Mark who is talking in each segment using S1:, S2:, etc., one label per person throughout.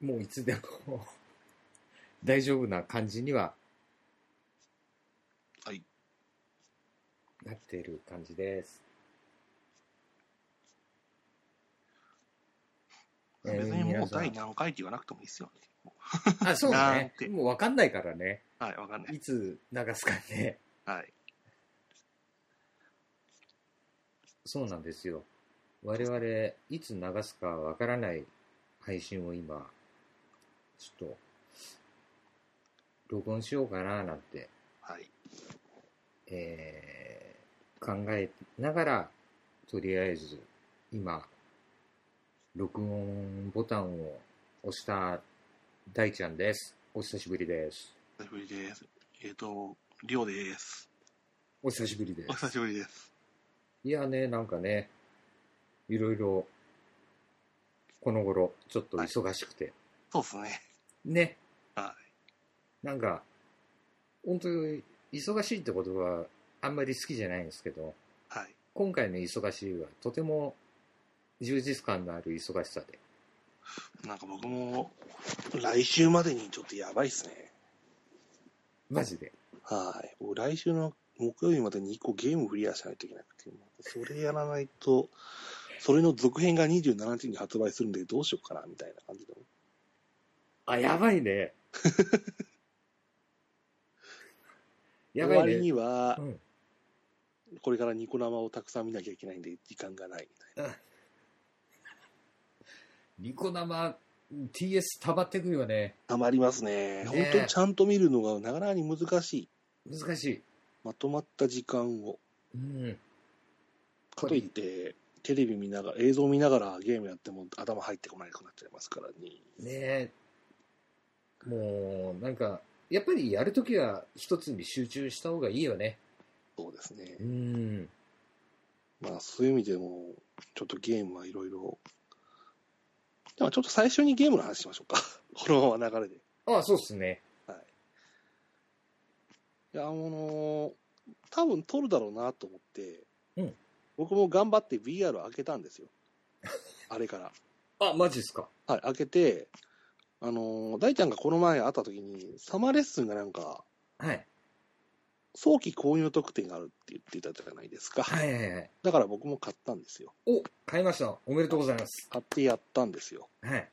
S1: もういつでも 大丈夫な感じには
S2: はい
S1: なっている感じです。えー
S2: 別にも
S1: 皆
S2: う
S1: さん
S2: 第何回って言わなくてもいいですよね。
S1: あ、そうだ
S2: なん
S1: ね
S2: て。
S1: もうわかんないからね。
S2: はい、わかんない。
S1: いつ流すかね。
S2: はい。
S1: そうなんですよ。我々、いつ流すかわからない配信を今、ちょっと、録音しようかななんて、
S2: はい。
S1: えー考えながら、とりあえず、今、録音ボタンを押した大ちゃんです。お久しぶりです。
S2: 久しぶりです。えっ、と、りょうです。
S1: お久しぶりで
S2: お久
S1: す。
S2: しぶりです。
S1: いやね、なんかね、いろいろ、この頃、ちょっと忙しくて、
S2: そうですね。
S1: ね。
S2: は
S1: なんか、本当に忙しいって言葉はあんまり好きじゃないんですけど、
S2: はい。
S1: 今回の忙しいはとても充実感のある忙しさで。
S2: なんか僕も、来週までにちょっとやばいっすね。
S1: マジで。
S2: はい。僕来週の木曜日までに1個ゲームクリアしないといけなくて、それやらないと、それの続編が27日に発売するんでどうしようかな、みたいな感じで。
S1: あ、やばい ね。や
S2: 終わ
S1: ば
S2: り
S1: いね。
S2: には
S1: う、ん。
S2: これからニコ生をたくさん見なきゃいけないんで、時間がないみたい
S1: ニコ生、TS 溜まってくよね。
S2: な。たまります
S1: ね
S2: ね。本当にちゃんと見るのがなかなかに難しい。
S1: 難しい。
S2: まとまった時間を。
S1: うん。
S2: かといって、テレビ見ながら、映像見ながらゲームやっても頭入ってこないくなっちゃいますからね。
S1: ねえ。もう、なんか、やっぱりやるときは一つに集中した方がいいよね。
S2: そうですね。
S1: うん。
S2: まあそういう意味でも、ちょっとゲームはいろいろ。でもちょっと最初にゲームの話しましょうか。 このまま流れで。い
S1: ああ、そうっすね。
S2: や、あのー多分撮るだろうなと思って、
S1: うん
S2: 僕も頑張って VR 開けたんですよ。あれから。
S1: あ、マジっすか。
S2: はい、開けて、あのー大ちゃんがこの前会った時に、サマーレッスンがなんか、
S1: はい。
S2: 早期購入特典があるって言ってたじゃないですか。
S1: はいはいはい。
S2: だから僕も買ったんですよ。
S1: お、買いました。おめでとうございます。
S2: 買ってやったんですよ。
S1: はい。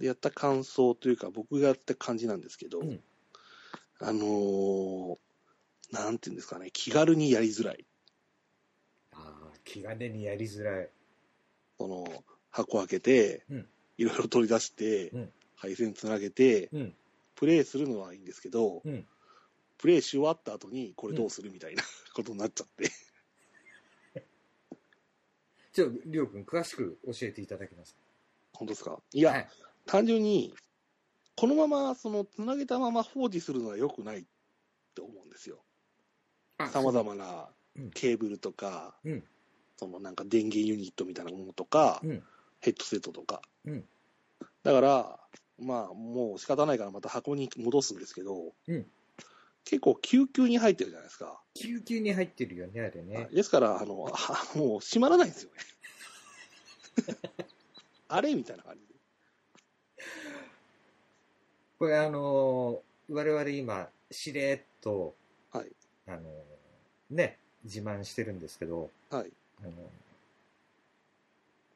S2: でやった感想というか、僕がやった感じなんですけど、
S1: うん
S2: あのーなんていうんですかね、気軽にやりづらい。
S1: ああ、気兼ねにやりづらい。
S2: その、箱開けて
S1: うん、
S2: いろいろ取り出して、
S1: うん
S2: 配線つなげて、
S1: うん。
S2: プレイするのはいいんですけど、
S1: うん
S2: プレイし終わった後に、これどうするみたいなことになっちゃって。
S1: じゃあ、りょうくん、詳しく教えていただけますか。
S2: 本当ですかいや、
S1: はい、
S2: 単純に、このまま、その、つなげたまま放置するのは良くないって思うんですよ。
S1: あ
S2: さまざまな
S1: うん
S2: ケーブルとか、
S1: うん
S2: そのなんか電源ユニットみたいなものとか、
S1: うん。
S2: ヘッドセットとか、
S1: うん
S2: だからまあもう仕方ないからまた箱に戻すんですけど、
S1: うん
S2: 結構救急に入ってるじゃないですか、
S1: 救急に入ってるよね、あれね。
S2: ですからあの あもう閉まらないんですよね あれみたいな感じで
S1: これ、あのー我々今、しれっと、
S2: はい
S1: あのーね、自慢してるんですけど、
S2: はい
S1: あの、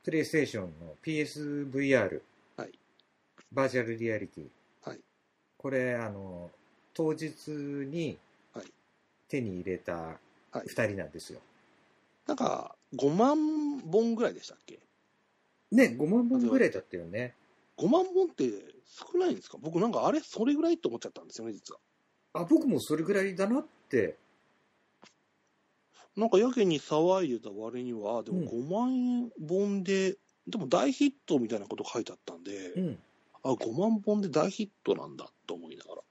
S1: プレイステーションの PSVR、
S2: はい
S1: バーチャルリアリティ、
S2: はい
S1: これ、あの、当日に
S2: はい
S1: 手に入れた
S2: はい
S1: 2人なんですよ。
S2: なんか5万本ぐらいでしたっけ
S1: ね、5万本ぐらいだったよね。
S2: 5万本って少ないんですか僕なんかあれそれぐらいって思っちゃったんですよね実は
S1: あ、僕もそれぐらいだなって、
S2: なんかやけに騒いでた割には、で
S1: う
S2: も
S1: ん
S2: 5万円本で、でも大ヒットみたいなこと書いてあったんで、
S1: うん。
S2: あ、5万本で大ヒットなんだと思いながら。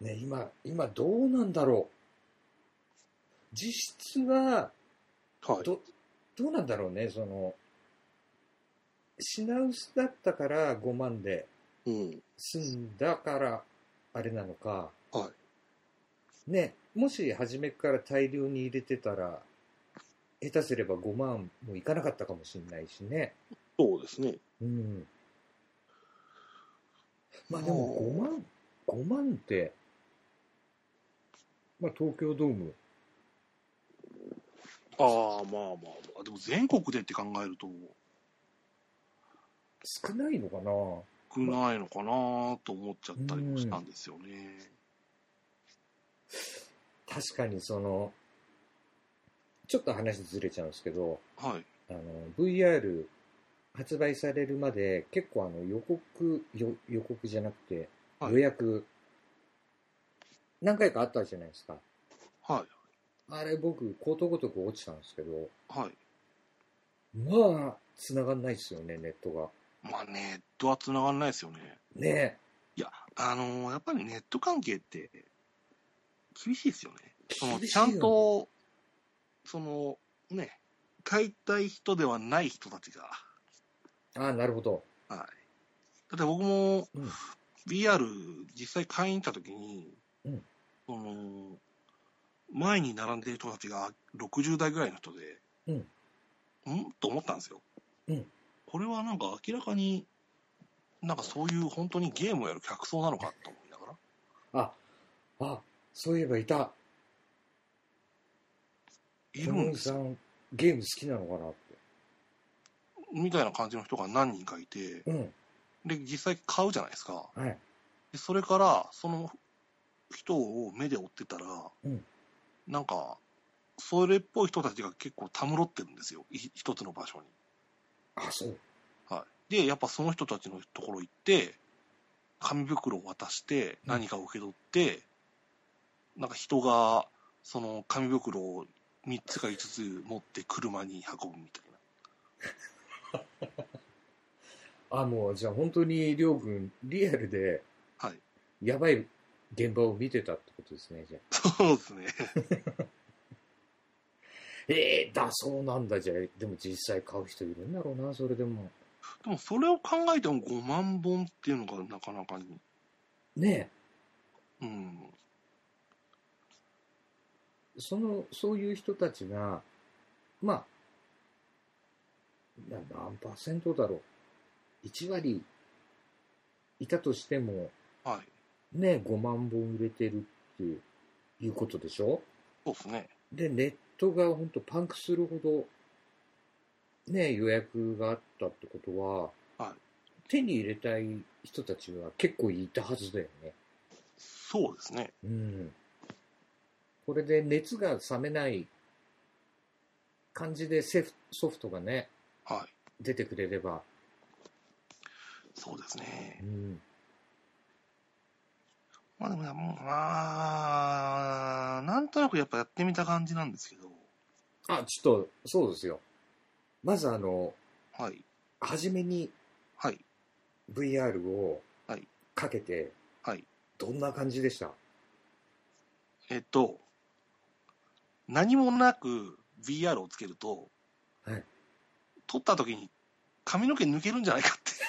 S1: ね、今、今どうなんだろう。実質は、
S2: はい。
S1: どどうなんだろうね、その、品薄だったから5万で、
S2: うん。
S1: 済んだからあれなのか、
S2: は
S1: ね、もし初めから大量に入れてたら、下手すれば5万もいかなかったかもしれないしね。
S2: そうですね。
S1: うん。まあでも5万、5万って、まあ東京ドーム、
S2: ああ、まあまあまあ。でも全国でって考えると、
S1: 少ないのかな
S2: 少ないのかなと思っちゃったりもしたんですよね。
S1: 確かにその、ちょっと話ずれちゃうんですけど、
S2: はい。
S1: あの、VR 発売されるまで結構あの予告、よ予告じゃなくて
S2: はい
S1: 予約、何回かあったじゃないですか。
S2: はい。
S1: あれ僕、ことごとく落ちたんですけど、
S2: はい。
S1: まあ、繋がんないですよね、ネットが。
S2: まあ、ネットは繋がんないですよね。
S1: ね
S2: いや、あのーやっぱりネット関係って、厳しいですよね。その、
S1: 厳し
S2: ち
S1: いよ
S2: ゃ
S1: ね
S2: んと、その、ね、買いたい人ではない人たちが、
S1: え。ああ、なるほど。
S2: だって僕も
S1: うん、
S2: VR 実際買いに行った時に、
S1: うん
S2: その、前に並んでる人たちが60代ぐらいの人で、
S1: うん
S2: んと思ったんですよ。
S1: うん
S2: これはなんか明らかに、なんかそういう本当にゲームをやる客層なのかと思いながら。
S1: あ、あ、そういえばいた。
S2: い
S1: ジ
S2: る
S1: ョ
S2: ん
S1: ン
S2: で
S1: さ
S2: すよ
S1: ん、ゲーム好きなのかなっ
S2: みたいな感じの人が何人かいて
S1: て。、うん。
S2: で、実際買うじゃないですか。
S1: はい。
S2: でそれから、その人を目で追ってたら、
S1: うん
S2: なんか、それっぽい人たちが結構たむろってるんですよ、い一つの場所に。
S1: あ、そう。
S2: はい、で、やっぱその人たちのところ行って、紙袋を渡し
S1: う
S2: て、
S1: ん
S2: 何かを受け取って、なんか人が、その紙袋を3つか5つ持って車に運ぶみたいな。
S1: あ、もう、じゃあ本当に、りょうくん、リアルで、
S2: はい。
S1: やばい現場を見てたってことですね、じゃあ。
S2: そうですね。
S1: ええだそうなんだ、じゃあ。でも実際買う人いるんだろうな、それでも。
S2: でもそれを考えても5万本っていうのがなかなかに。
S1: ね
S2: うん。
S1: え、その、そういう人たちが、まあ、な何パーセントだろう。1割いたとしても、
S2: はい。
S1: ね、5万本売れてるっていういうことでしょ
S2: そうですね。
S1: で、ネットが本当パンクするほど、ね、予約があったってことは、
S2: は
S1: 手に入れたい人たちは結構いたはずだよね。
S2: そうですね。
S1: うん。これで熱が冷めない感じでセフソフトがね、
S2: はい。
S1: 出てくれれば、
S2: そうです
S1: う
S2: ね。
S1: ん。
S2: まあでもね、もうまあ、なんとなくやっぱやってみた感じなんですけど、
S1: あ、ちょっと、そうですよ。まずあの、
S2: はい。
S1: 初めに
S2: はい。
S1: VR を
S2: はい
S1: かけて、
S2: はい
S1: どんな感じでした
S2: えっと、何もなく VR をつけると、
S1: はい
S2: 撮った時に髪の毛抜けるんじゃないかって。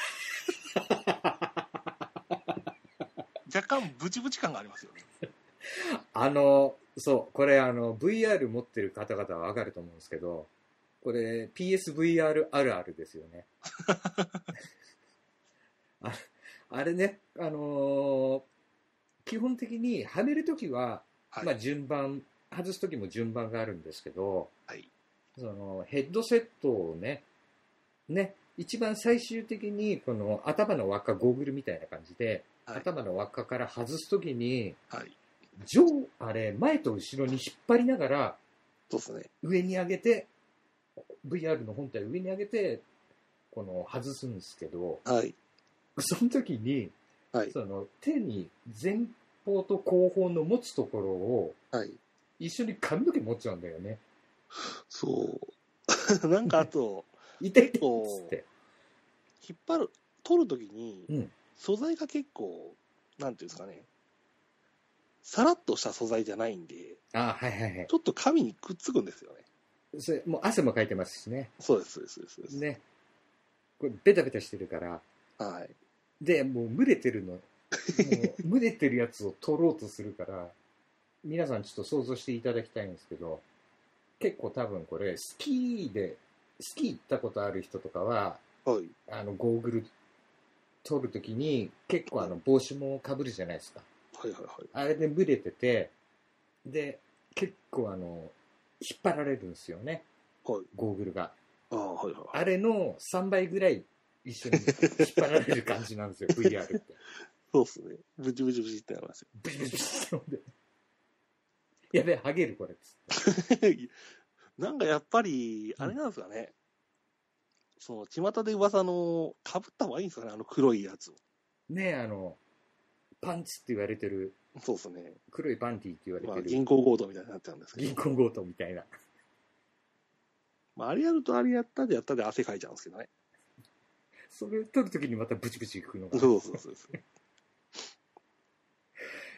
S2: 若干ブチブチ感がありますよね。
S1: あの、そう、これあの、VR 持ってる方々はわかると思うんですけど、これ PSVR あるあるですよね。ああれね、あのー基本的にはめるときは、
S2: はい。
S1: まあ順番、外すときも順番があるんですけど、
S2: はい。
S1: そのヘッドセットをね、ね、一番最終的にこの頭の輪っか、ゴーグルみたいな感じで、
S2: はい
S1: 頭の輪っかから外すときに、
S2: はい。
S1: 上、あれ、前と後ろに引っ張りながら、
S2: そうですね。
S1: 上に上げて、VR の本体を上に上げて、この、外すんですけど、
S2: はい。
S1: その時に、
S2: はい
S1: その、手に前方と後方の持つところを、
S2: はい。
S1: 一緒に髪の毛持っちゃうんだよね。
S2: そう。 なんかあと、
S1: 痛い痛いっ
S2: 結構
S1: つって。
S2: 引っ張る、撮るときに、
S1: うん
S2: 素材が結構、なんていうんですかね、さらっとした素材じゃないんで、
S1: あはいはいはい
S2: ち。ょっと紙にくっつくんですよね。
S1: それ、もう汗もかいてますしね。
S2: そうです、そうです、そうですそうです。
S1: ね。これ、ベタベタしてるから。
S2: はい。
S1: で、もう、蒸れてるの。もう、蒸れてるやつを取ろうとするから、皆さんちょっと想像していただきたいんですけど、結構多分これ、スキーで、スキー行ったことある人とかは、
S2: はい。
S1: あの、ゴーグル撮るときに、結構あの、帽子も被るじゃないですか。
S2: はいはいはい。
S1: あれでブレてて、で、結構あの、引っ張られるんですよね、
S2: はい。
S1: ゴーグルが。
S2: ああ、はいはいはい。
S1: あれの3倍ぐらい一緒に引っ張られる感じなん ですよ、VR って。
S2: そうっすね。ブチブチブチってなります よ。
S1: ビシビシビシってやべえ、ハゲるこれっつって。
S2: なんかやっぱり、あれなんですかね。その、巷で噂の、被った方がいいんですかね、あの黒いやつを。
S1: ねえ、あの、パンチって言われてる、
S2: そうですね。
S1: 黒いパンティって言われ
S2: ま
S1: て
S2: あ、
S1: る、
S2: 銀行強盗みたいになっちゃうんですけ
S1: 銀
S2: ど。
S1: 行強盗みたいな。
S2: まあ、あれやるとあれやったでやったで汗かいちゃうんですけどね。
S1: それ撮るときにまたブチブチいくのが。
S2: そうそうそうそう。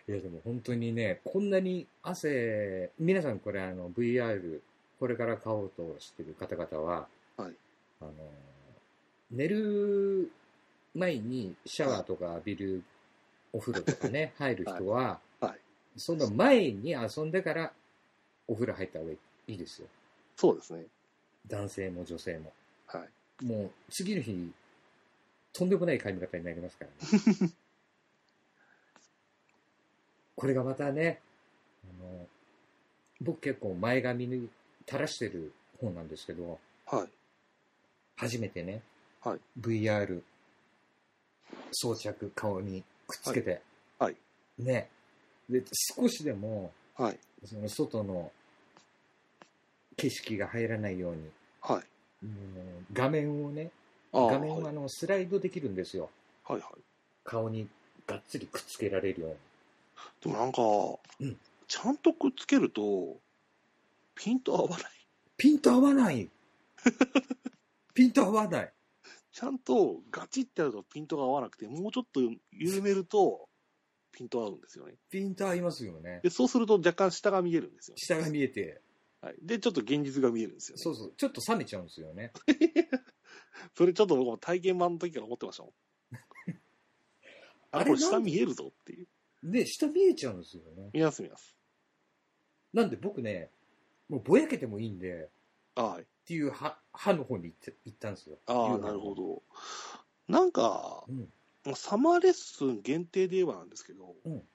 S1: いやでも本当にね、こんなに汗、皆さんこれあの VR、これから買おうとしてる方々は、
S2: はい
S1: あの、寝る前にシャワーとか浴びるお風呂とかね、入る人は、
S2: はいはい
S1: その前に遊んでからお風呂入った方がいいですよ。
S2: そうですね。
S1: 男性も女性も。
S2: はい。
S1: もう次の日、とんでもない髪型になりますからね。 これがまたね、あの僕結構前髪に垂らしてる方なんですけど、
S2: はい。
S1: 初めてね、
S2: はい
S1: VR 装着顔にくっつけて、
S2: はいは
S1: ね、で少しでも
S2: はい。
S1: その外の景色が入らないように、
S2: はい。
S1: うん画面をね、
S2: ああ、は
S1: 画
S2: い。
S1: 面は
S2: は
S1: あ
S2: い
S1: のスライドできるんですよ。
S2: はい。
S1: 顔にがっつりくっつけられるように。
S2: でもなんか、
S1: ん
S2: ちゃんとくっつけると、ピント合わない。
S1: ピント合わない ピント合わない
S2: ちゃんとガチってやるとピントが合わなくて、もうちょっと緩めると、ピント合うんですよね。
S1: ピント合いますよね。
S2: で、そうすると若干下が見えるんですよ、
S1: 下が見えて、
S2: はい。で、ちょっと現実が見えるんですよ、ね。
S1: そうそう、ちょっと冷めちゃうんですよね。
S2: それちょっと僕も体験版の時から思って ましたもん。
S1: あ
S2: あ、
S1: れ
S2: これ下
S1: なんで
S2: 見えるぞっていう。
S1: で、下見えちゃうんですよね。
S2: 見ます見ます。
S1: なんで僕ね、もうぼやけてもいいんで、
S2: はい。
S1: っていう歯歯の方に行って行ったんですよ。
S2: ああ、
S1: いう
S2: なるほ。ど。なんか
S1: う、ん。
S2: まあサマーレッスン限定ではなんですけど、
S1: うん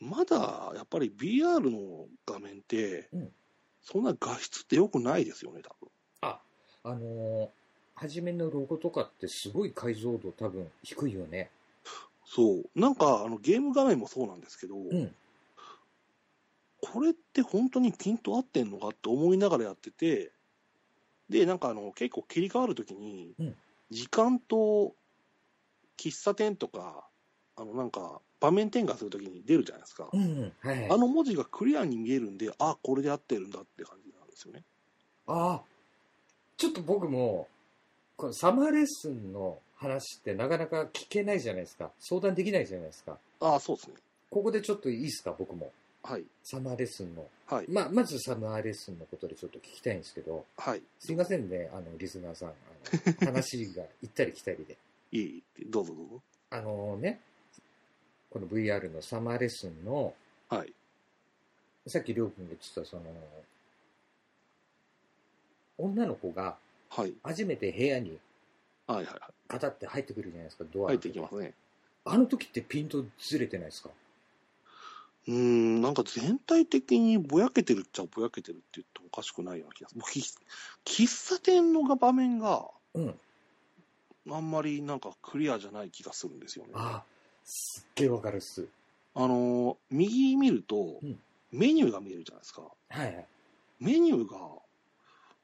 S2: まだやっぱり BR の画面って、
S1: うん
S2: そんな画質って良くないですよね、多分。
S1: あ、あのー、初めのロゴとかってすごい解像度多分低いよね。
S2: そう。なんか、あの、ゲーム画面もそうなんですけど、
S1: うん。
S2: これって本当にピント合ってんのかって思いながらやってて、で、なんかあの、結構切り替わるときに
S1: うん、
S2: 時間と喫茶店とか、あの、なんか、場面転換するときに出るじゃないですか。
S1: うんうん。はい。
S2: あの文字がクリアに見えるんで、あ、これで合ってるんだって感じなんですよね。
S1: ああ、ちょっと僕も、このサマーレッスンの話ってなかなか聞けないじゃないですか。相談できないじゃないですか。
S2: あ、そうですね。
S1: ここでちょっといいですか、僕も。
S2: はい。
S1: サマーレッスンの。
S2: はい。
S1: まあ、まずサマーレッスンのことでちょっと聞きたいんですけど、
S2: はい。
S1: すいませんね、あの、リスナーさん。あの話が行ったり来たりで。
S2: いいいいどうぞどうぞ。
S1: あのね、この VR のサマーレッスンの、
S2: はい。
S1: さっきりょうくんが言ってた、その、女の子が
S2: はい。
S1: 初めて部屋に
S2: はいはいはい。
S1: ガタって入ってくるじゃないですか、ドア開
S2: 入っ
S1: け
S2: ていきますね。
S1: あの時ってピントずれてないですか
S2: うーん、なんか全体的にぼやけてるっちゃぼやけてるって言ってもおかしくないような気がする。僕喫喫茶店のが場面が
S1: うん。
S2: あんまりなんかクリアじゃない気がするんですよね。あ
S1: ああ、すっげえわかるっす。
S2: のー、右見ると
S1: うん
S2: メニューが見えるじゃないですか。
S1: はいはい。
S2: メニューが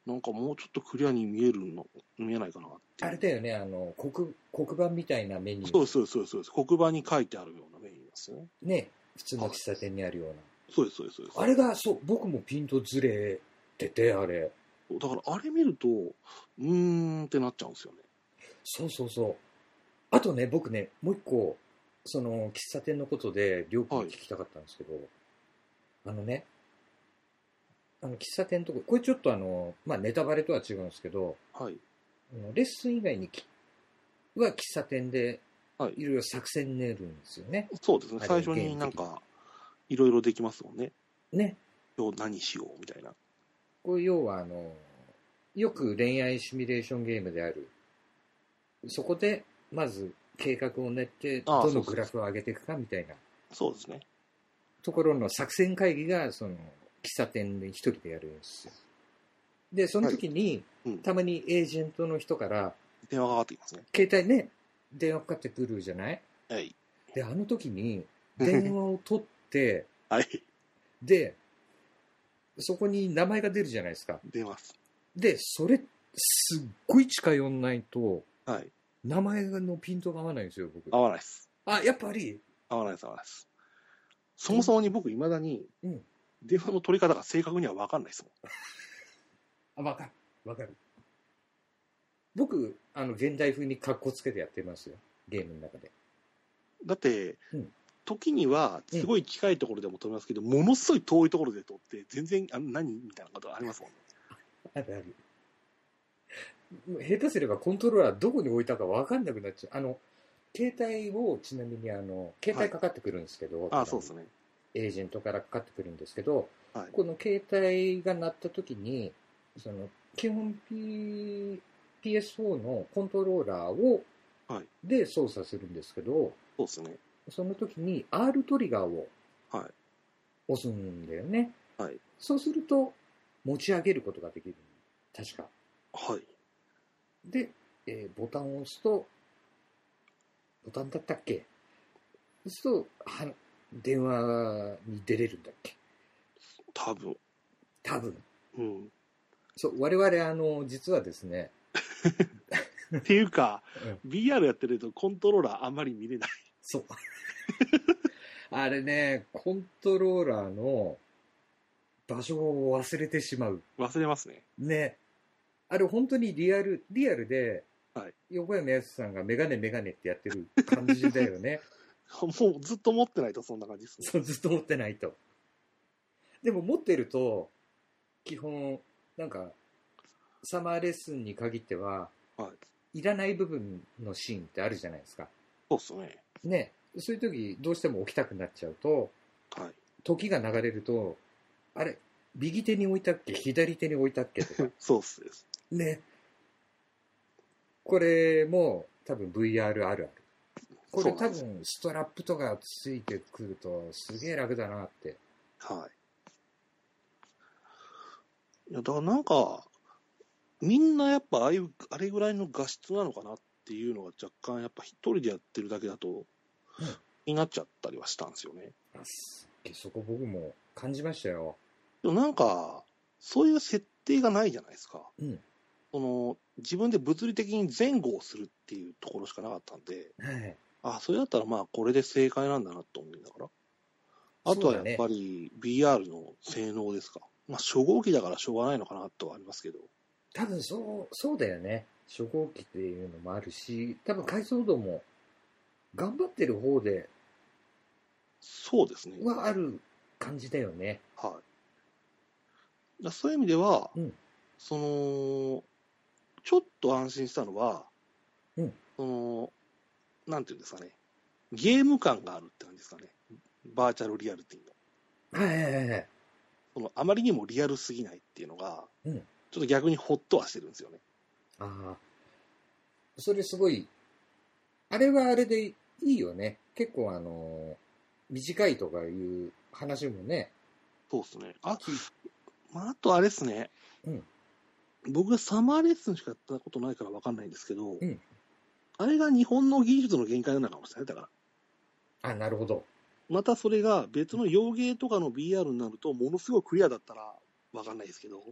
S2: なんかもうちょっとクリアに見えるの、見えないかなってい
S1: あ
S2: う。
S1: れだよね、あの、黒、黒板みたいなメニュー。
S2: そうそうそうそうです。黒板に書いてあるようなメニューですよね。
S1: ね。普通の喫茶店にあるよう
S2: そうです、そうです、そうです。
S1: な。あれが、そう、僕もピントずれてて、あれ。
S2: だからあれ見ると、うーんってなっちゃうんですよね。
S1: そうそうそう。あとね、僕ね、もう一個、その、喫茶店のことで、りょうくんに聞きたかったんですけど、あのね、あの、喫茶店のとこ、これちょっとあの、まあ、ネタバレとは違うんですけど、
S2: はい。
S1: あのレッスン以外にきは喫茶店で
S2: はい
S1: いろいろ作戦練るんですよね。
S2: そうですね
S1: あ。れ
S2: 最初になんか、いろいろできますもんね。
S1: ね。
S2: 今日何しようみたいな。
S1: こう要はあの、よく恋愛シミュレーションゲームである。そこでまず計画を練って、
S2: ああ
S1: ど
S2: そ
S1: の
S2: うそう
S1: グラフを上げていくかみたいな
S2: そうですね。
S1: ところの作戦会議が、その、喫茶店で一人でやるんですよ。で、その時に、
S2: うん。
S1: たまにエージェントの人から、
S2: 電話がかかってきますね。
S1: 携帯ね、電話かかってくるじゃない
S2: はい。
S1: で、あの時 に、電話を取って、
S2: はい。
S1: で、そこに名前が出るじゃないですか。
S2: 出ます。
S1: で、それ、すっごい近寄んないと、
S2: はい。
S1: 名前のピントが合わないんですよ、僕。
S2: 合わないです。
S1: あ、やっぱり、
S2: 合わないです、合わないです。そもそもに僕、いまだに
S1: うん、
S2: 電話の取り方が正確には分かんないですもん。
S1: あ、わかる。わかる。僕、あの、現代風に格好つけてやってますよ。ゲームの中で。
S2: だって、
S1: うん
S2: 時にはすごい近いところでも撮りますけど、ものすごい遠いところで撮って、全然、あ何みたいなことありますもんね。
S1: あるある。もう下手すればコントローラーどこに置いたかわかんなくなっちゃう。あの、携帯をちなみにあの、携帯かかってくるんですけど、
S2: ああ、そうですね。
S1: エージェントからかかってくるんですけど、
S2: はい
S1: この携帯が鳴った時に、その、基本 P、PS4 のコントローラーを、
S2: はい
S1: で操作するんですけど、
S2: そうですね。
S1: その時に R トリガーを
S2: はい
S1: 押すんだよね。
S2: はい
S1: そうすると持ち上げることができる。確か。
S2: はい。
S1: で、えーボタンを押すと、ボタンだったっけそうすると、は電話に出れるんだっけ
S2: 多分。
S1: 多分。
S2: うん。
S1: そう、我々、あの、実はですね、
S2: っていうか、
S1: うん、
S2: VR やってるとコントローラーあんまり見れない。
S1: そう。 あれね、コントローラーの場所を忘れてしまう。
S2: 忘れますね。
S1: ね。あれ本当にリアル、リアルで、
S2: はい
S1: 横山やすさんがメガネメガネってやってる感じだよ ね。
S2: もうずっと持ってないとそんな感じですね。
S1: そう、ずっと持ってないと。でも持ってると、基本、なんか、サマーレッスンに限っては、
S2: はい。
S1: いらない部分のシーンってあるじゃないですか。
S2: そうですね。
S1: ね、そういう時どうしても起きたくなっちゃうと、
S2: はい。
S1: 時が流れると、あれ、右手に置いたっけ、左手に置いたっけと か、
S2: そうっすです。
S1: ね。これも多分 VR あるある。これ
S2: そう
S1: 多
S2: なんです
S1: 分ストラップとかついてくるとすげえ楽だなって。
S2: はい。いや、だからなんか、みんなやっぱああいう、あれぐらいの画質なのかなっていうのが若干やっぱ一人でやってるだけだと
S1: うん、
S2: 気になっちゃったりはしたんですよね。
S1: あすっげえそこ僕も感じましたよ。
S2: でもなんか、そういう設定がないじゃないですか。
S1: うん
S2: その、自分で物理的に前後をするっていうところしかなかったんで、
S1: はい。
S2: あ、それだったらまあこれで正解なんだなと思いながら。あとはやっぱり VR の性能ですか。まあ初号機だからしょうがないのかなとはありますけど。
S1: 多分そう、そうだよね。初号機っていうのもあるし、多分解像度も頑張ってる方で
S2: そうですね。
S1: はある感じだよね。
S2: はい。だそういう意味では、
S1: うん
S2: その、ちょっと安心したのは、
S1: うん
S2: その、なんていうんですかね、ゲーム感があるって感じですかね。バーチャルリアルティの。
S1: はいはいはいはい。
S2: その、あまりにもリアルすぎないっていうのが、
S1: うん
S2: ちょっと逆にホッとはしてるんですよね。
S1: ああ。それすごい、あれはあれでいいよね。結構あの、短いとかいう話もね。
S2: そうですね。あ、
S1: き
S2: まあ、あとあれですね。
S1: うん
S2: 僕がサマーレッスンしかやったことないからわかんないんですけど、
S1: うん
S2: あれが日本の技術の限界なのかもしれない。だから、
S1: あ、なるほど。
S2: またそれが別の洋芸とかの BR になると、ものすごいクリアだったらわかんないですけど、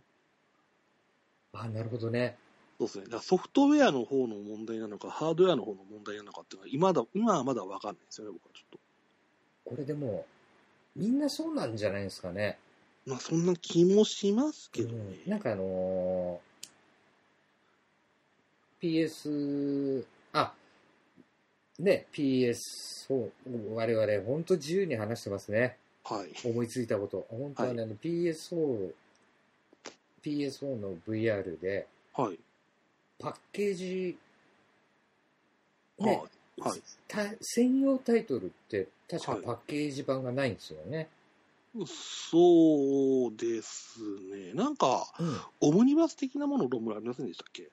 S1: あ、なるほどね。
S2: そうですね。だからソフトウェアの方の問題なのか、ハードウェアの方の問題なのかっていうのは、今だ、今はまだわかんないですよね、僕はちょっ
S1: これでも、みんなそうなんじゃないですかね。
S2: と。まあ、そんな気もしますけど
S1: う
S2: ね。
S1: んなんかあのー PS、あ、ね、PS、そう、我々、本当自由に話してますね。
S2: はい。
S1: 思いついたこと。本当はね、あの PSO、PSO の VR で、
S2: はい。
S1: パッケージ、
S2: はい
S1: ね、。
S2: はい。
S1: た専用タイトルって、確か
S2: はい
S1: パッケージ版がないんですよね。
S2: そうですね。なんか、
S1: うん。
S2: オムニバス的なもの論文ありませんでしたっけ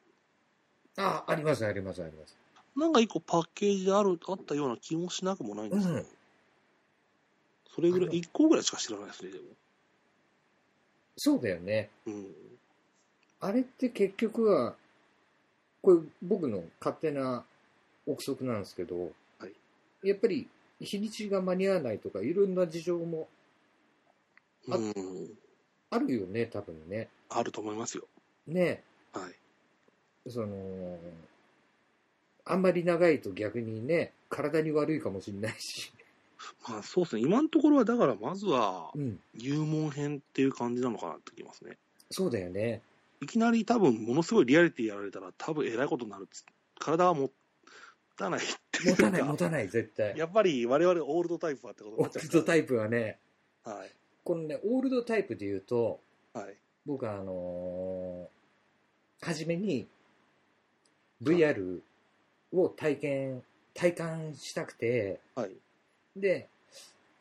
S1: あ、あります、あります、あります。
S2: なんか一個パッケージである、あったような気もしなくもないんですけど、
S1: うん
S2: それぐら
S1: あ
S2: い、
S1: の
S2: 一個ぐらいしか知らないですね、でも。
S1: そうだよね。
S2: うん。
S1: あれって結局は、これ僕の勝手な憶測なんですけど、
S2: は
S1: やっぱり日にちが間に合わないとかいろんな事情もあ
S2: うん。
S1: あるよね、多分ね。
S2: あると思いますよ。
S1: ね
S2: はい。
S1: その、あんまり長いと逆にね、体に悪いかもしれないし。
S2: まあそうですね、今のところは、だからまずは、
S1: うん、
S2: 入門編っていう感じなのかなってきますね。
S1: そうだよね。
S2: いきなり多分、ものすごいリアリティやられたら、多分、えらいことになるっつ。体は持たないっていう
S1: 持
S2: か
S1: たない、持たない、絶対。
S2: やっぱり我々オールドタイプはってこと
S1: オ
S2: になっちゃう
S1: ールドタイプはね、
S2: はい。
S1: このね、オールドタイプで言うと、
S2: はい。
S1: 僕はあのー初めに VR を体験、体感したくて、
S2: はい。
S1: で、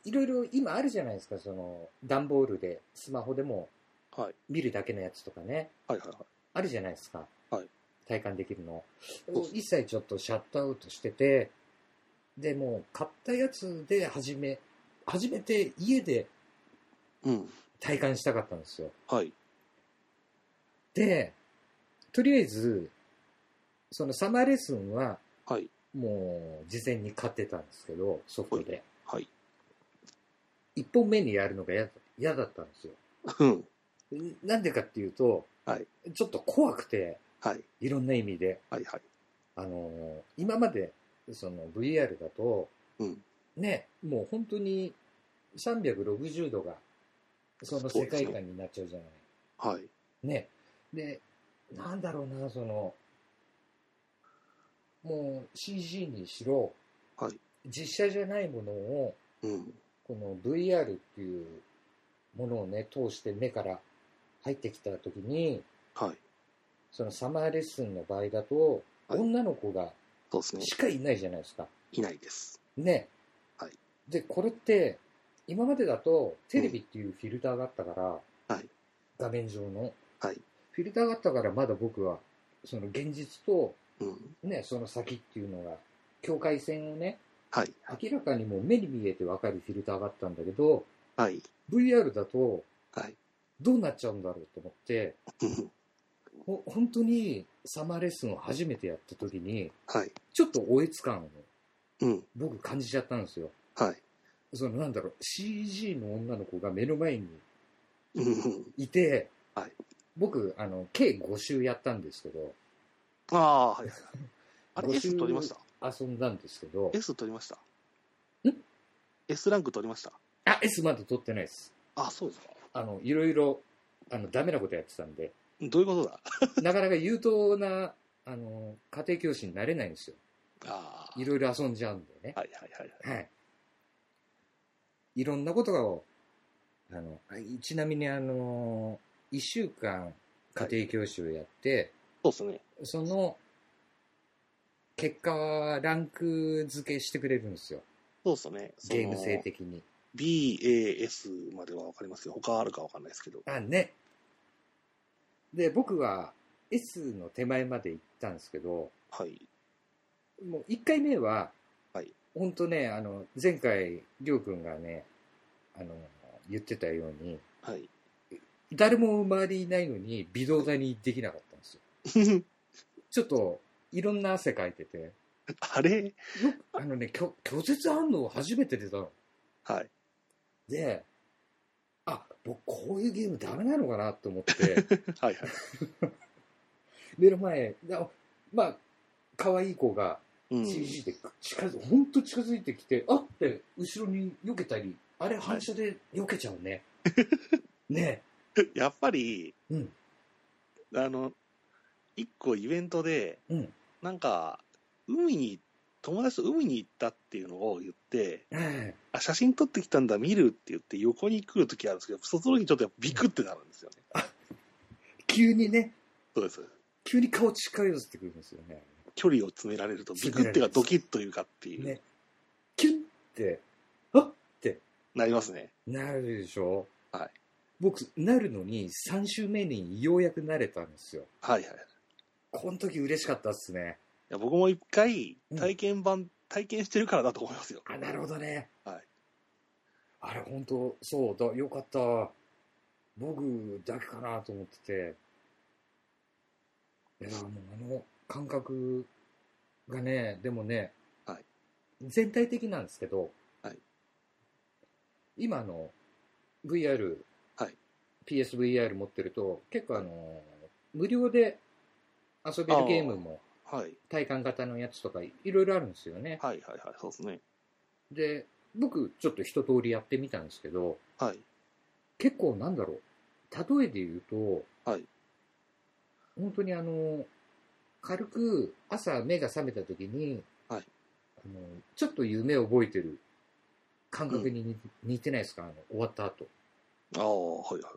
S1: いろいろ今あるじゃないですか、その、段ボールで、スマホでも
S2: はい。
S1: 見るだけのやつとかね、
S2: はい。はい。は
S1: あるじゃないですか。
S2: はい
S1: 体感できるの
S2: そうっ。す
S1: 一切ちょっとシャットアウトしてて、で、もう買ったやつで始め、初めて家で
S2: い。うん。
S1: 体感したかったんですよ。
S2: はい。
S1: で、とりあえず、そのサマーレッスンは
S2: はい。
S1: もう事前に買ってたんですけど、ソフトで。
S2: はい。
S1: 一本目にやるのが嫌だ嫌だったんですよ。
S2: うん。
S1: なんでかっていうと、
S2: はい
S1: ちょっと怖くて、
S2: はい。
S1: いろんな意味で。
S2: はい。はい。
S1: あのー今までその VR だと、
S2: うん。
S1: ね、もう本当に360度がその世界観になっちゃうじゃない。
S2: はい。
S1: ね。で、なんだろうな、その、もう CG にしろ、
S2: はい
S1: 実写じゃないものを、
S2: うん。
S1: この VR っていうものをね、通して目から入ってきたときに、
S2: はい。
S1: そのサマーレッスンの場合だと、
S2: はい
S1: 女の子が
S2: そうですね。
S1: しかいないじゃないですか。
S2: いないです。
S1: ね。
S2: はい
S1: で、これって、今までだとテレビっていうフィルターがあったから、
S2: はい
S1: 画面上の。
S2: はい
S1: フィルターがあったから、まだ僕は、その現実と、
S2: うん。
S1: ね、その先っていうのが、境界線をね、
S2: はい。
S1: 明らかにもう目に見えてわかるフィルターがあったんだけど、
S2: はい。
S1: VR だと
S2: はい。
S1: どうなっちゃうんだろうと思って、
S2: うん
S1: ほ本当にサマーレッスンを初めてやった時に、
S2: はい。
S1: ちょっとおえつ感を
S2: うん。
S1: 僕感じちゃったんですよ。
S2: はい。
S1: そのなんだろう、CG の女の子が目の前に
S2: うん。
S1: いて、
S2: はい
S1: 僕、あの、計5周やったんですけど、
S2: ああ、はい。はいあ
S1: ご
S2: れ、
S1: 注
S2: S 取りました
S1: 遊んだんですけど、
S2: ?S 取りました
S1: ん
S2: ?S ランク取りました
S1: あ、S まだ撮ってないです。
S2: あ、そうですか。
S1: あの、いろいろ、あの、ダメなことやってたんで、
S2: どういうことだ
S1: なかなか優等な、あの、家庭教師になれないんですよ。
S2: ああ。
S1: いろいろ遊んじゃうんでね。
S2: はいはいはいはい。
S1: はい。いろんなことがを、あの、ちなみにあの、1週間家庭教師をやって、
S2: そうですね。
S1: その、結果はランク付けしてくれるんですよ。
S2: そうですね。その
S1: ゲーム性的に。
S2: BAS までは分かりますよ。他あるか分かんないですけど。
S1: あ、ね。で、僕は S の手前まで行ったんですけど、
S2: はい。
S1: もう1回目は、
S2: はい
S1: 本当ね、あの、前回、りょうくんがね、あの、言ってたように、
S2: はい。
S1: 誰も周りいないのに微動だにできなかったんですよ。ちょっと、いろんな汗かいてて、よ
S2: あ れ
S1: くあのね、拒拒絶反応初めて出たの。
S2: はい。
S1: で、あ、僕こういうゲームダメなのかなと思って、
S2: はいはい。
S1: 目の前、あまあ、可愛い子が
S2: うん。
S1: CG で近づ、ほんと近づいてきて、あって、後ろに避けたり、あれ反射で避けちゃう ね。ね
S2: やっぱり、
S1: え。うん。
S2: あの、一個イベントで、
S1: うん。
S2: なんか、海に、友達と海に行ったっていうのを言って、
S1: え
S2: あ、写真撮ってきたんだ、見るって言って横に来るときあるんですけど、その時ちょっとやっぱビクってなるんですよね。
S1: え急にね、
S2: そうです。
S1: 急に顔近寄せてくるんですよね。
S2: 距離を詰められると、ビクってがドキッというかっていう、
S1: ね。キュンって、あっって
S2: なりますね。
S1: なるでしょ
S2: はい。
S1: 僕、なるのに3週目にようやくなれたんですよ。
S2: はいはい。
S1: この時嬉しかったっすね。
S2: や僕も一回
S1: うん
S2: 体験版、体験してるからだと思いますよ。
S1: あ、なるほどね。
S2: はい。
S1: あれ、本当そうだ、よかった。僕だけかなと思ってて。いや、もうあの感覚がね、でもね、
S2: はい
S1: 全体的なんですけど、
S2: はい
S1: 今の VR、
S2: はい、
S1: PSVR 持ってると、結構あの、無料で遊べるゲームも、
S2: はい。
S1: 体感型のやつとかいろいろあるんですよね。
S2: はいはいはい。そうですね。
S1: で、僕ちょっと一通りやってみたんですけど、
S2: はい。
S1: 結構なんだろう、例えで言うと、
S2: はい
S1: 本当にあの、軽く朝目が覚めた時に、
S2: は
S1: あ
S2: い
S1: のちょっと夢を覚えてる感覚に似,、似てないですかあの終わった後。
S2: ああ、はいはいはい。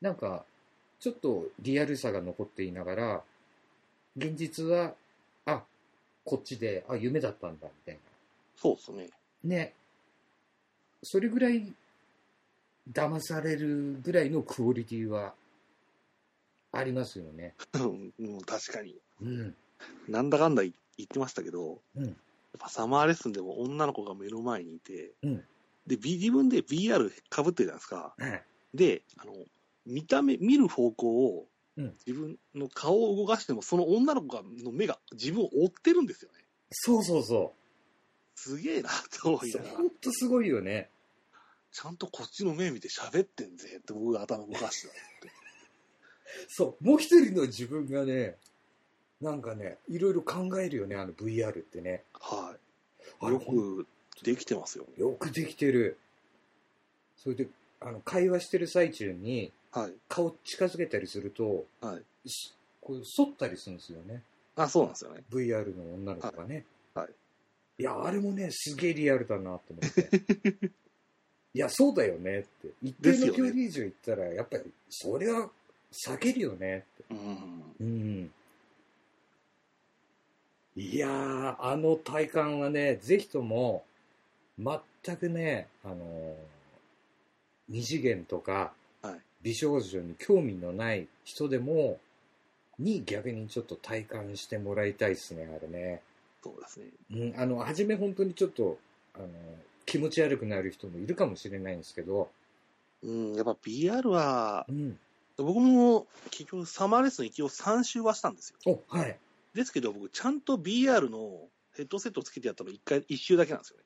S1: なんか、ちょっとリアルさが残っていながら、現実は、あ、こっちで、あ、夢だったんだ、みたいな。
S2: そうですね。
S1: ね、それぐらい騙されるぐらいのクオリティはありますよね。
S2: うんうん確かに。
S1: うん。
S2: なんだかんだ言ってましたけど、
S1: うん
S2: やっぱサマーレッスンでも女の子が目の前にいて、
S1: うん
S2: で、B- 自分で BR 被ってるじゃないですか。
S1: はい。
S2: で、あの、見た目、見る方向を、
S1: うん
S2: 自分の顔を動かしても、その女の子がの目が自分を追ってるんですよね。
S1: そうそうそ
S2: すげえなと思
S1: う。
S2: いながら
S1: ほんとすごいよね。
S2: ちゃんとこっちの目見て喋ってんぜって僕が頭動かしてたって。
S1: そう。もう一人の自分がね、なんかね、いろいろ考えるよね、あの VR ってね。
S2: は
S1: あ
S2: い。
S1: れ
S2: よくできてますよね。
S1: よくできてる。それで、あの、会話してる最中に
S2: はい。
S1: 顔近づけたりすると、
S2: はい。
S1: しこう、反ったりするんですよね。
S2: あ、そうなんですよね。
S1: VR の女の子がね。。
S2: はいはい
S1: いや、あれもね、すげえリアルだなと思って。 いや、そうだよねって。一定
S2: です
S1: の
S2: よね
S1: 距離以上行ったら、やっぱり、それは避けるよねっ
S2: うん。
S1: て。うん。いやー、あの体感はね、ぜひとも、全くね、あのー二次元とか、
S2: はい
S1: 美少女に興味のない人でも、に逆にちょっと体感してもらいたいですね、あれね。
S2: そうですね。
S1: うん、あの、初め本当にちょっと、あの、気持ち悪くなる人もいるかもしれないんですけど、
S2: うん。やっぱ BR は、
S1: うん。
S2: 僕も結局サマーレッスン一応3周はしたんですよ。
S1: お、はい。
S2: ですけど僕ちゃんと BR のヘッドセットつけてやったの1回、1周だけなんですよね。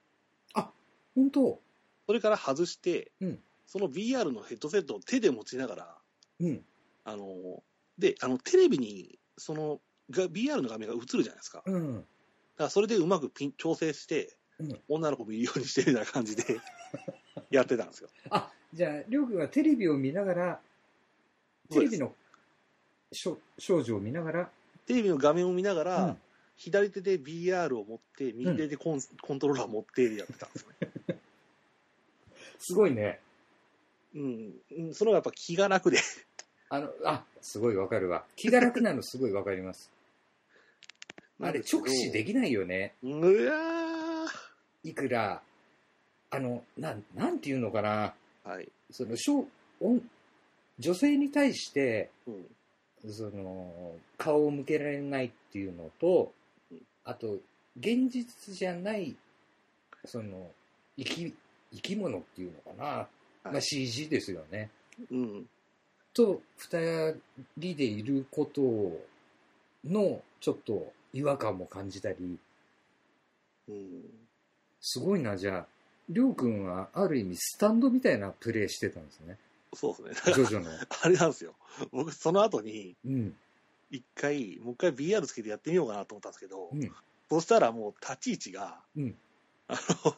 S1: 本当
S2: それから外して、
S1: うん
S2: その BR のヘッドセットを手で持ちながら、
S1: うん。
S2: あの、で、あの、テレビに、その、が BR の画面が映るじゃないですか。だか
S1: うん。
S2: らそれでうまくピン、調整して、
S1: うん
S2: 女の子見るようにしてるみたいな感じで、やってたんですよ。
S1: あ、じゃあ、りょうくんはテレビを見ながら、テレビのしょ少女を見ながら、
S2: テレビの画面を見ながら、
S1: うん
S2: 左手で BR を持って、右手でコン,、コントローラーを持ってやってたんですよね。
S1: すごいね。
S2: うん。うん、その方がやっぱ気が楽で、
S1: あの、あ、すごいわかるわ。気が楽なのすごいわかり ます。 あれ、直視で
S2: き
S1: きないよね。
S2: うわ
S1: いくら、あの、なん、なんていうのかな。
S2: ーはい。
S1: その、しょ女女性に対して、
S2: うん。
S1: その顔を向けられないっていうのと
S2: うん
S1: あと現実じゃないその生き生き物っていうのかな、
S2: い
S1: まあ、CG ですよね
S2: うん。
S1: と2人でいることのちょっと違和感も感じたり
S2: うん。
S1: すごいなじゃありょうくんはある意味スタンドみたいなプレーしてたんですね
S2: そうです
S1: ジ
S2: ね。
S1: ョジョの
S2: あれなんですよ。僕、その後に、
S1: うん
S2: 一回、もう一回 BR つけてやってみようかなと思ったんですけど、
S1: うん
S2: そしたらもう立ち位置が、
S1: うん
S2: あの、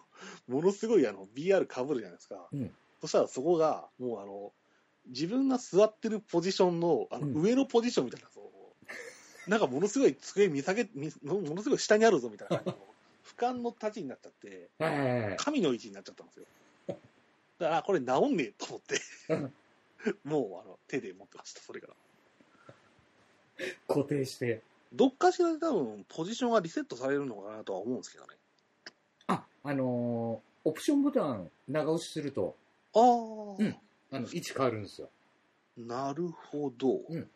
S2: ものすごいあの、BR 被るじゃないですか。
S1: うん
S2: そしたらそこが、もうあの、自分が座ってるポジションの、あの、
S1: うん
S2: 上のポジションみたいな、そうなんかものすごい机見下げ、見ものすごい下にあるぞみたいな 感じの、俯瞰の立ちになっちゃって、
S1: はいはいはい
S2: 神の位置になっちゃったんですよ。だから、これ治んねえと思って
S1: うん、
S2: もうあの手で持ってました、それから。
S1: 固定して
S2: どっかしらで多分、ポジションがリセットされるのかなとは思うんですけどね。
S1: あ、あのーオプションボタン長押しすると、
S2: ああ、
S1: あの、位置変わるんですよ。
S2: なるほど。
S1: うん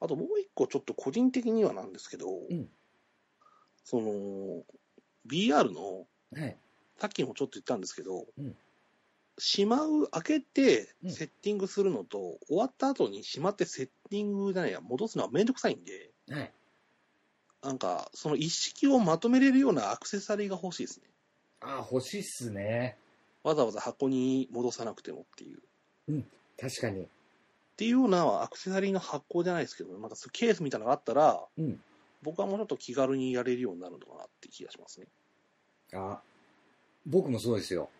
S2: あともう一個ちょっと個人的にはなんですけど、
S1: ん
S2: その、BR の、
S1: はい。
S2: さっきもちょっと言ったんですけど、
S1: うん
S2: しまう、開けて
S1: うん
S2: セッティングするのと、終わった後にしまってセッティングじゃないや、戻すのはめんどくさいんで、
S1: はい。
S2: なんか、その一式をまとめれるようなアクセサリーが欲しいですね。
S1: ああ、欲しいっすね。
S2: わざわざ箱に戻さなくてもっていう。
S1: 確かに。
S2: っていうようなアクセサリーの発行じゃないですけど、またそうケースみたいなのがあったら、
S1: うん
S2: 僕はもうちょっと気軽にやれるようになるのかなって気がしますね。
S1: あ僕もそうですよ。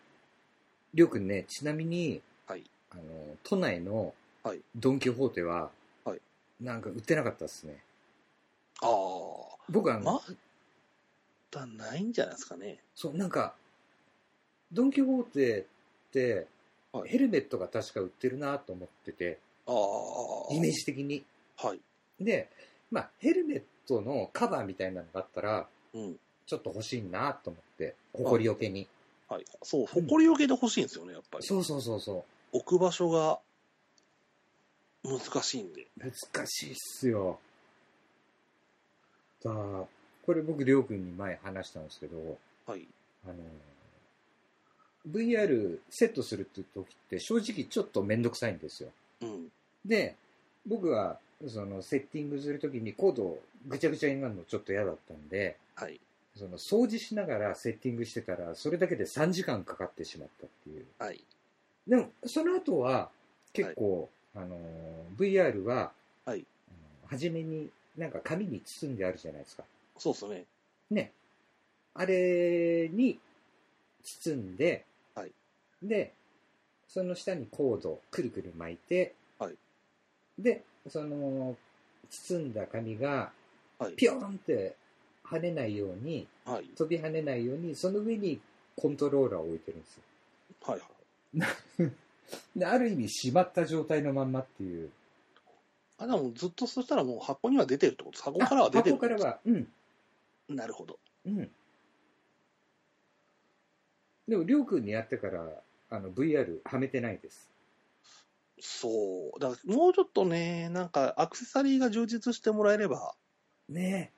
S1: りょうくんね、ちなみに、
S2: はい
S1: あの、都内の
S2: はい
S1: ドン・キホーテは、
S2: はい
S1: なんか売ってなかったっすね。
S2: ああ、
S1: 僕はあの、
S2: まだないんじゃないですかね。
S1: そう、なんか、ドン・キホーテって、
S2: はい
S1: ヘルメットが確か売ってるなと思ってて、
S2: ああ、
S1: イメージ的に。
S2: はい。
S1: で、まあ、ヘルメットのカバーみたいなのがあったら、
S2: うん。
S1: ちょっと欲しいなと思って、誇りよけに。
S2: はい。そう、埃よけで欲しいんですよね、やっぱり。
S1: そうそうそうそう。
S2: 置く場所が難しいんで。
S1: 難しいっすよ。だからこれ僕、りょうくんに前話したんですけど、
S2: はい。
S1: あの、VR セットするって時って正直ちょっとめんどくさいんですよ。
S2: うん。
S1: で、僕は、その、セッティングするときにコードぐちゃぐちゃになるのちょっと嫌だったんで、
S2: はい。
S1: その、掃除しながらセッティングしてたら、それだけで3時間かかってしまったっていう。
S2: はい。
S1: でも、その後は、結構、あのー、VR は、
S2: はい
S1: あの初めになんか紙に包んであるじゃないですか。
S2: そうですね。
S1: ね。あれに包んで、
S2: はい
S1: で、その下にコードをくるくる巻いて、
S2: はい
S1: で、その、包んだ紙が
S2: はい。
S1: ピョーンって跳ねないように、
S2: はい。
S1: 飛び跳ねないように、その上にコントローラーを置いてるんですよ。
S2: はい。
S1: で、ある意味閉まった状態のまんまっていう。
S2: あ、でもずっとそしたらもう箱には出てるってこと箱からは出てる
S1: あ箱からは。うん。
S2: なるほど。
S1: うん。でも、りょうくんにやってから、あの、VR はめてないです。
S2: そう。だからもうちょっとね、なんかアクセサリーが充実してもらえれば、
S1: ね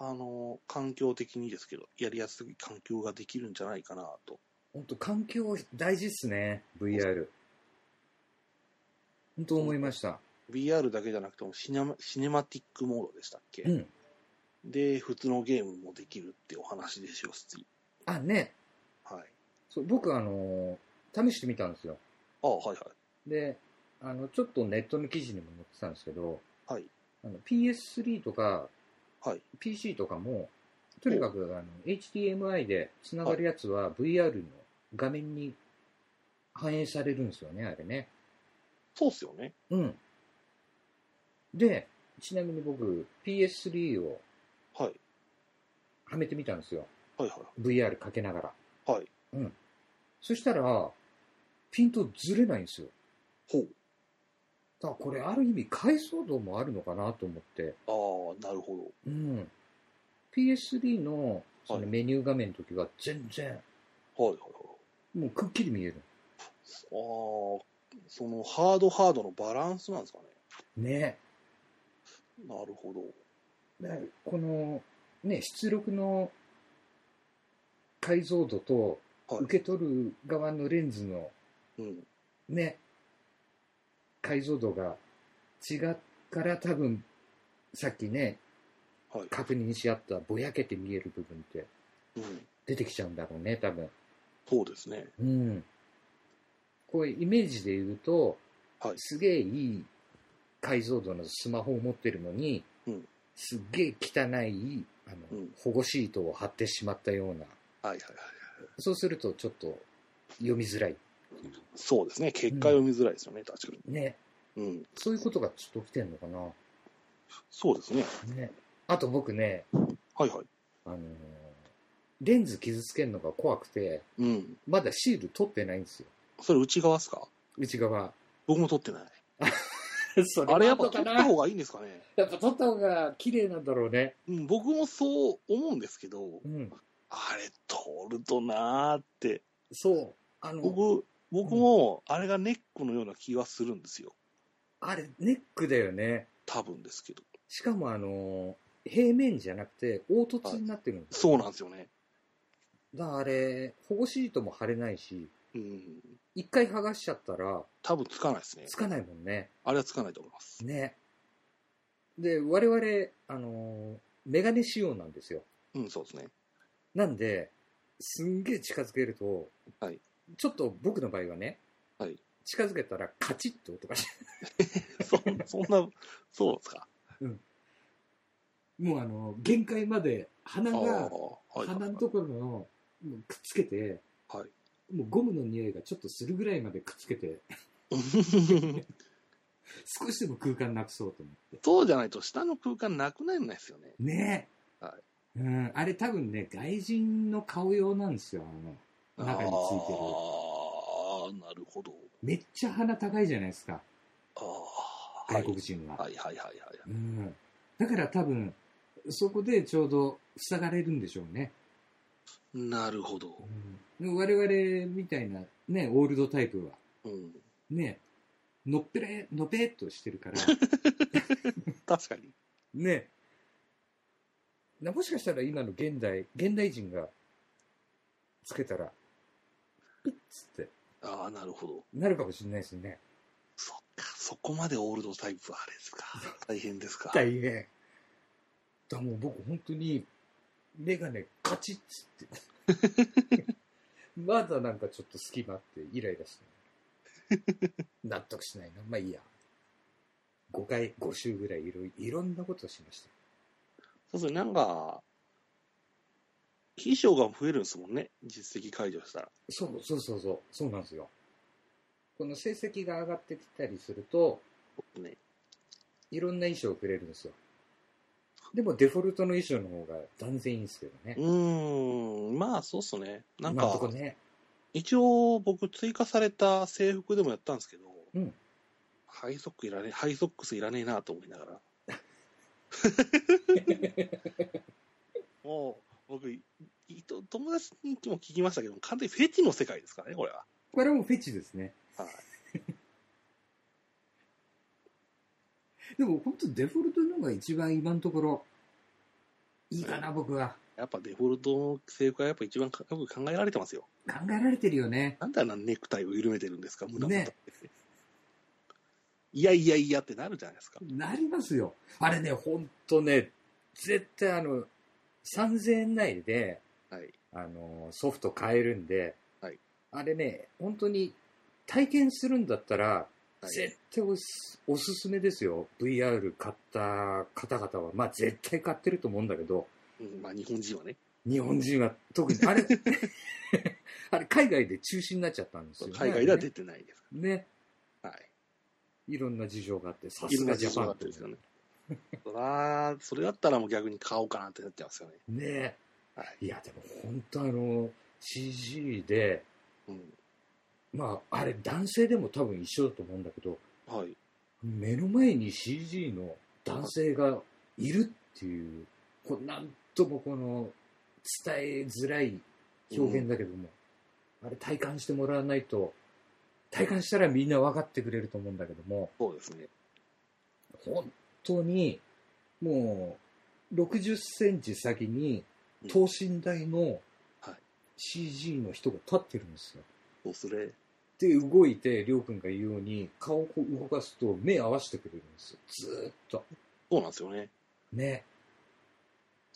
S2: あの、環境的にですけど、やりやすい環境ができるんじゃないかなと。
S1: え。ほんと、環境大事っすね、VR。ほんと思いました。
S2: VR だけじゃなくてもシネマシネマティックモードでしたっけ、
S1: うん。
S2: で、普通のゲームもできるってお話でしょ、次。
S1: あ、ね。
S2: はい。
S1: そう僕、あのー試してみたんですよ。
S2: ああはい
S1: で、あの、ちょっとネットの記事にも載ってたんですけど、
S2: はい。
S1: あの PS3 とか、
S2: はい。
S1: PC とかも、とにかくあの HDMI でつながるやつは VR の画面に反映されるんですよね、あれね。
S2: そうっすよね。
S1: うん。で、ちなみに僕 PS3 を
S2: はい。
S1: はめてみたんですよ。
S2: はいは
S1: VR かけながら。
S2: い。はい。
S1: そしたら、ピントずれないんですよ。
S2: ほ
S1: だからこれある意味解像度もあるのかなと思って。
S2: う。ああ、なるほど。
S1: うん。PS3 のそ
S2: は
S1: の
S2: い
S1: メニュー画面の時は全然、
S2: はいはいはい。
S1: もうくっきり見える。
S2: ああ、そのハードハードのバランスなんですかね。
S1: ね。
S2: なるほど。
S1: ねこの、ね、出力の解像度と
S2: はい。
S1: 受け取る側のレンズの
S2: うん。
S1: ね、解像度が違うから多分さっきね、
S2: はい。
S1: 確認し合ったぼやけて見える部分って
S2: うん。
S1: 出てきちゃうんだろうね、多分。
S2: そうですね。
S1: うん。こういうイメージで言うと、
S2: はい
S1: すげえいい解像度のスマホを持ってるのに、
S2: うん
S1: すっげえ汚いあの、
S2: うん
S1: 保護シートを貼ってしまったような、
S2: はいはいはい。
S1: そうするとちょっと読みづらい。
S2: そうですね。結果読みづらいですよね、確か
S1: ね。
S2: に。うん。
S1: そういうことがちょっと起きてんのかな。
S2: そうですね。
S1: ね。あと僕ね、
S2: はいはい。
S1: あのーレンズ傷つけるのが怖くて、
S2: うん。
S1: まだシール取ってないんですよ。
S2: それ内側っすか
S1: 内 側。
S2: 僕も撮ってない。
S1: そ
S2: あれやっぱ
S1: 後
S2: 撮
S1: か
S2: っ
S1: な
S2: た方がいいんですかね。
S1: やっぱ取った方が綺麗なんだろうね。
S2: うん、僕もそう思うんですけど
S1: う、ん。
S2: あれ撮るとなーって。
S1: そう。あの、
S2: 僕、僕もあれがネックのような気はするんですよ。
S1: あれ、ネックだよね。
S2: 多分ですけど。
S1: しかもあのー平面じゃなくて凹凸になってるんですよ、
S2: そうなんですよね。
S1: だからあれ保護シートも貼れないし
S2: うん。
S1: 一回剥がしちゃったら
S2: 多分つかないですね。
S1: つかないもんね
S2: あれはつかないと思います。
S1: ねで我々あのーメガネ仕様なんですよ
S2: うん、そうですね。
S1: なんで、すんげえ近づけると、
S2: はい
S1: ちょっと僕の場合はね、
S2: はい
S1: 近づけたらカチッと音がし
S2: そそんな、そうですか。
S1: もうあの、限界まで鼻
S2: ああ、
S1: が、
S2: はい。
S1: 鼻のところの、もうくっつけて、
S2: は
S1: もうゴムの匂いがちょっとするぐらいまでくっつけて、
S2: い。
S1: 少しでも空間なくそうと思って。
S2: そうじゃないと下の空間なくなるんですよね。
S1: ねえ。
S2: は
S1: うん、あれ多分ね、外人の顔用なんですよ、あの、中についてる。
S2: ああ、なるほど。
S1: めっちゃ鼻高いじゃないですか、
S2: ああ、は
S1: 外
S2: い。
S1: 国人は。
S2: はいはいはいはいはい。
S1: うんだから多分、そこでちょうど塞がれるんでしょうね。
S2: なるほど。
S1: で我々みたいな、ね、オールドタイプは、
S2: うん。
S1: ね、のっぺれ、のぺっとしてるから、
S2: 確かに。
S1: ね。なもしかしたら今の現代、現代人がつけたら、ピッつって
S2: ああ、なるほど。
S1: なるかもしれないですね。
S2: そっか、そこまでオールドタイプはあれです か。大変ですか。
S1: 大変。だもう僕本当に、メガネカチッつって。まだなんかちょっと隙間あってイライラしてる納得しないな。まあいいや。5回、5週ぐらいいろいいろんなことをしました。
S2: そうですね、なんか、秘書が増えるんですもんね。実績解除したら。
S1: そうそうそうそう、そうなんですよ。この成績が上がってきたりすると、
S2: ね。
S1: いろんな衣装をくれるんですよ。でもデフォルトの衣装の方が断然いいんですけどね
S2: う。ーん、まあそうっすね。なん
S1: 今の
S2: か
S1: と、こね。
S2: 一応僕追加された制服でもやったんですけど、
S1: うん
S2: ハイソックいらねハイソックスいらねえなと思いなが ら。もう、僕、いいと友達にも聞きましたけど、完全にフェチの世界ですからね、これは。
S1: これはもうフェチですね。
S2: はい。
S1: でも本当デフォルトの方が一番今のところいいかな、僕は。
S2: やっぱデフォルトの制服はやっぱ一番かよく考えられてますよ。
S1: 考えられてるよね。
S2: なんであんなネクタイを緩めてるんですか、胸元
S1: ね
S2: いやいやいやってなるじゃないですか。
S1: なりますよ。あれね、本当ね、絶対あの、3000円内で、
S2: はい。
S1: あの、ソフト買えるんで、
S2: はい
S1: あれね、本当に体験するんだったら、
S2: はい
S1: 絶対おすおすすめですよ。VR 買った方々は、まあ絶対買ってると思うんだけど、
S2: うんまあ日本人はね、
S1: 日本人は特に、あ れ、あれ海外で中止になっちゃったんですよね、
S2: 海外では出てないです。
S1: ね。
S2: はい。
S1: いろんな事情があって、さ
S2: い
S1: す
S2: ろん
S1: が
S2: な
S1: ジ
S2: 事
S1: ャ
S2: 情
S1: パン
S2: があ
S1: っ
S2: っててですよね。そら、それだったらもう逆に買おうかなってなっちゃいますよね。
S1: ねえ。
S2: はい。
S1: いや、でも本当あの、CG で、
S2: うん。
S1: まあ、あれ男性でも多分一緒だと思うんだけど、
S2: はい。
S1: 目の前に CG の男性がいるっていう、こうなんともこの、伝えづらい表現だけども、あれ体感してもらわないと、体感したらみんな分かってくれると思うんだけども、
S2: そうですね。
S1: 本当にもう60センチ先に等身大の
S2: はい
S1: CG の人が立ってるんですよ。
S2: そうすれ。
S1: で動いてりょうくんが言うように顔をこう動かすと目合わせてくれるんですよずーっと
S2: そうなんですよね。
S1: ね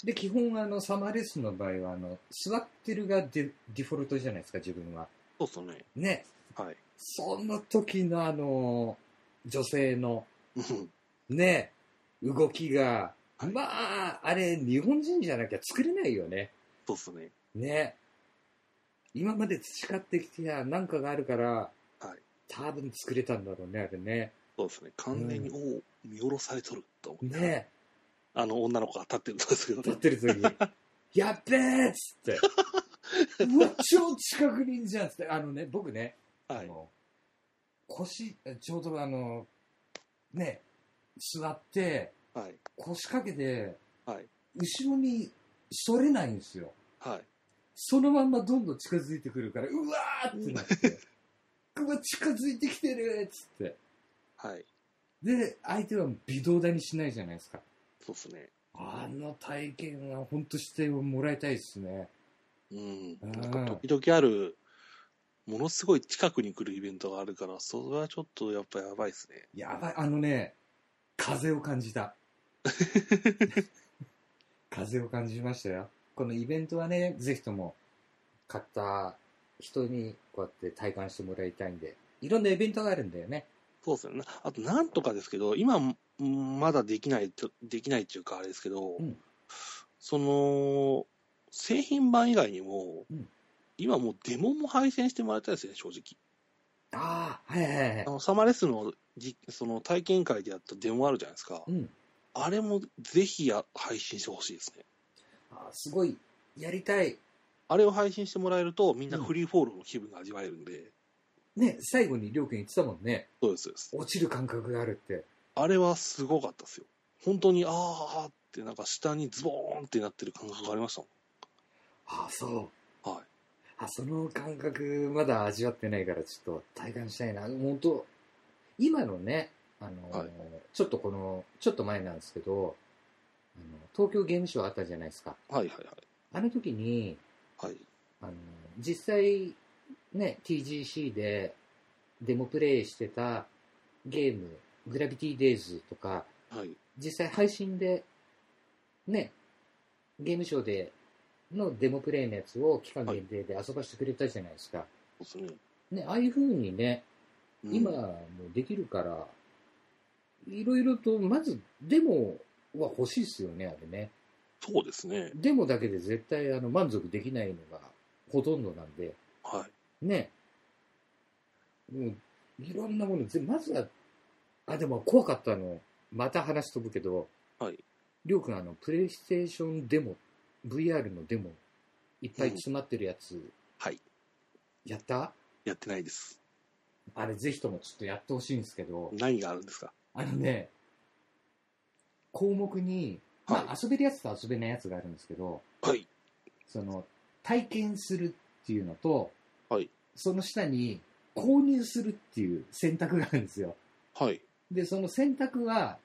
S1: で基本あのサマーレスの場合はあの座ってるがデデフォルトじゃないですか自分は
S2: そうっすよね。
S1: ね
S2: はい。
S1: その時のあの女性の
S2: うん
S1: ね、動きが、
S2: はい
S1: まあ、あれ、日本人じゃなきゃ作れないよね。
S2: そうっすね。
S1: ね。今まで培ってきた何かがあるから、
S2: はい
S1: 多分作れたんだろうね、あれね。
S2: そうですね。完全に、おお、見下ろされとると思って、
S1: ね。
S2: あの女の子が立ってるんですけど
S1: 立っ
S2: ね。
S1: てる 時に、やっべーっつって。うわ、超近くにいんじゃんっつって。あのね、僕ね、
S2: は
S1: あ
S2: い。
S1: の腰、ちょうどあの、ね、座って、
S2: はい。
S1: 腰掛けて、
S2: はい。
S1: 後ろに反れないんですよ。
S2: はい。
S1: そのまんまどんどん近づいてくるから、うわーってなって、うわ、近づいてきてるっつって。
S2: はい。
S1: で、相手は微動だにしないじゃないですか。
S2: そうっすね。
S1: あの体験は本当してもらいたいですね。
S2: うん。
S1: うん
S2: なんか時々ある、ものすごい近くに来るイベントがあるから、それはちょっとやっぱやばいですね。
S1: やばい、あのね、風を感じ た。風を感じましたよ。このイベントはね、ぜひとも買った人にこうやって体感してもらいたいんで、いろんなイベントがあるんだよね。
S2: そうですよね。あと、なんとかですけど、今、んまだできないと、できないっていうか、あれですけど、
S1: うん
S2: その、製品版以外にも、
S1: うん
S2: 今もうデモも配信してもらいたいですね、正直。
S1: ああ、はいはいはい
S2: あ。のサマレスのじその体験会でやったデモあるじゃないですか。
S1: うん。
S2: あれもぜひや配信してほしいですね。
S1: あーすごい、やりたい。
S2: あれを配信してもらえると、みんなフリーフォールの気分が味わえるんで、
S1: ね、最後にりょうくん言ってたもんね。
S2: そうです、そうです。
S1: 落ちる感覚があるって。
S2: あれはすごかったですよ。本当に、あーあーって、なんか下にズボーンってなってる感覚がありましたも
S1: ああ、そう。
S2: ん。はい。
S1: あ、その感覚、まだ味わってないから、ちょっと体感したいな。本当今のね、あの、
S2: はい
S1: ちょっとこの、ちょっと前なんですけど、あの東京ゲームショウあったじゃないですか。
S2: はいはいは
S1: あの時に、
S2: い。はい。
S1: あの、実際、ね、TGC でデモプレイしてたゲーム、グラビティデイズとか、
S2: はい。
S1: 実際配信で、ね、ゲームショウでのデモプレイのやつを期間限定で遊ばせてくれたじゃないですか。
S2: そうですね。
S1: ね、ああいう風にね、
S2: うん
S1: 今もできるから、いろいろと、まず、デモは欲しいですよね、あれね。
S2: そうですね。
S1: デモだけで絶対あの満足できないのがほとんどなんで、
S2: はい。
S1: ね。もう、いろんなもの、ぜまずは、あ、でも怖かったの、また話飛ぶけど、
S2: はい。
S1: りょうくん、あの、プレイステーションデモ、VR のデモ、いっぱい詰まってるやつ、
S2: はい。
S1: やった
S2: やってないです。
S1: あれ、ぜひともちょっとやってほしいんですけど、
S2: 何があるんですか
S1: あのね、項目に、まあ、遊べるやつと遊べないやつがあるんですけど、
S2: はい。
S1: その、体験するっていうのと、
S2: はい
S1: その下に、購入するっていう選択があるんですよ。
S2: はい。
S1: で、その選択は、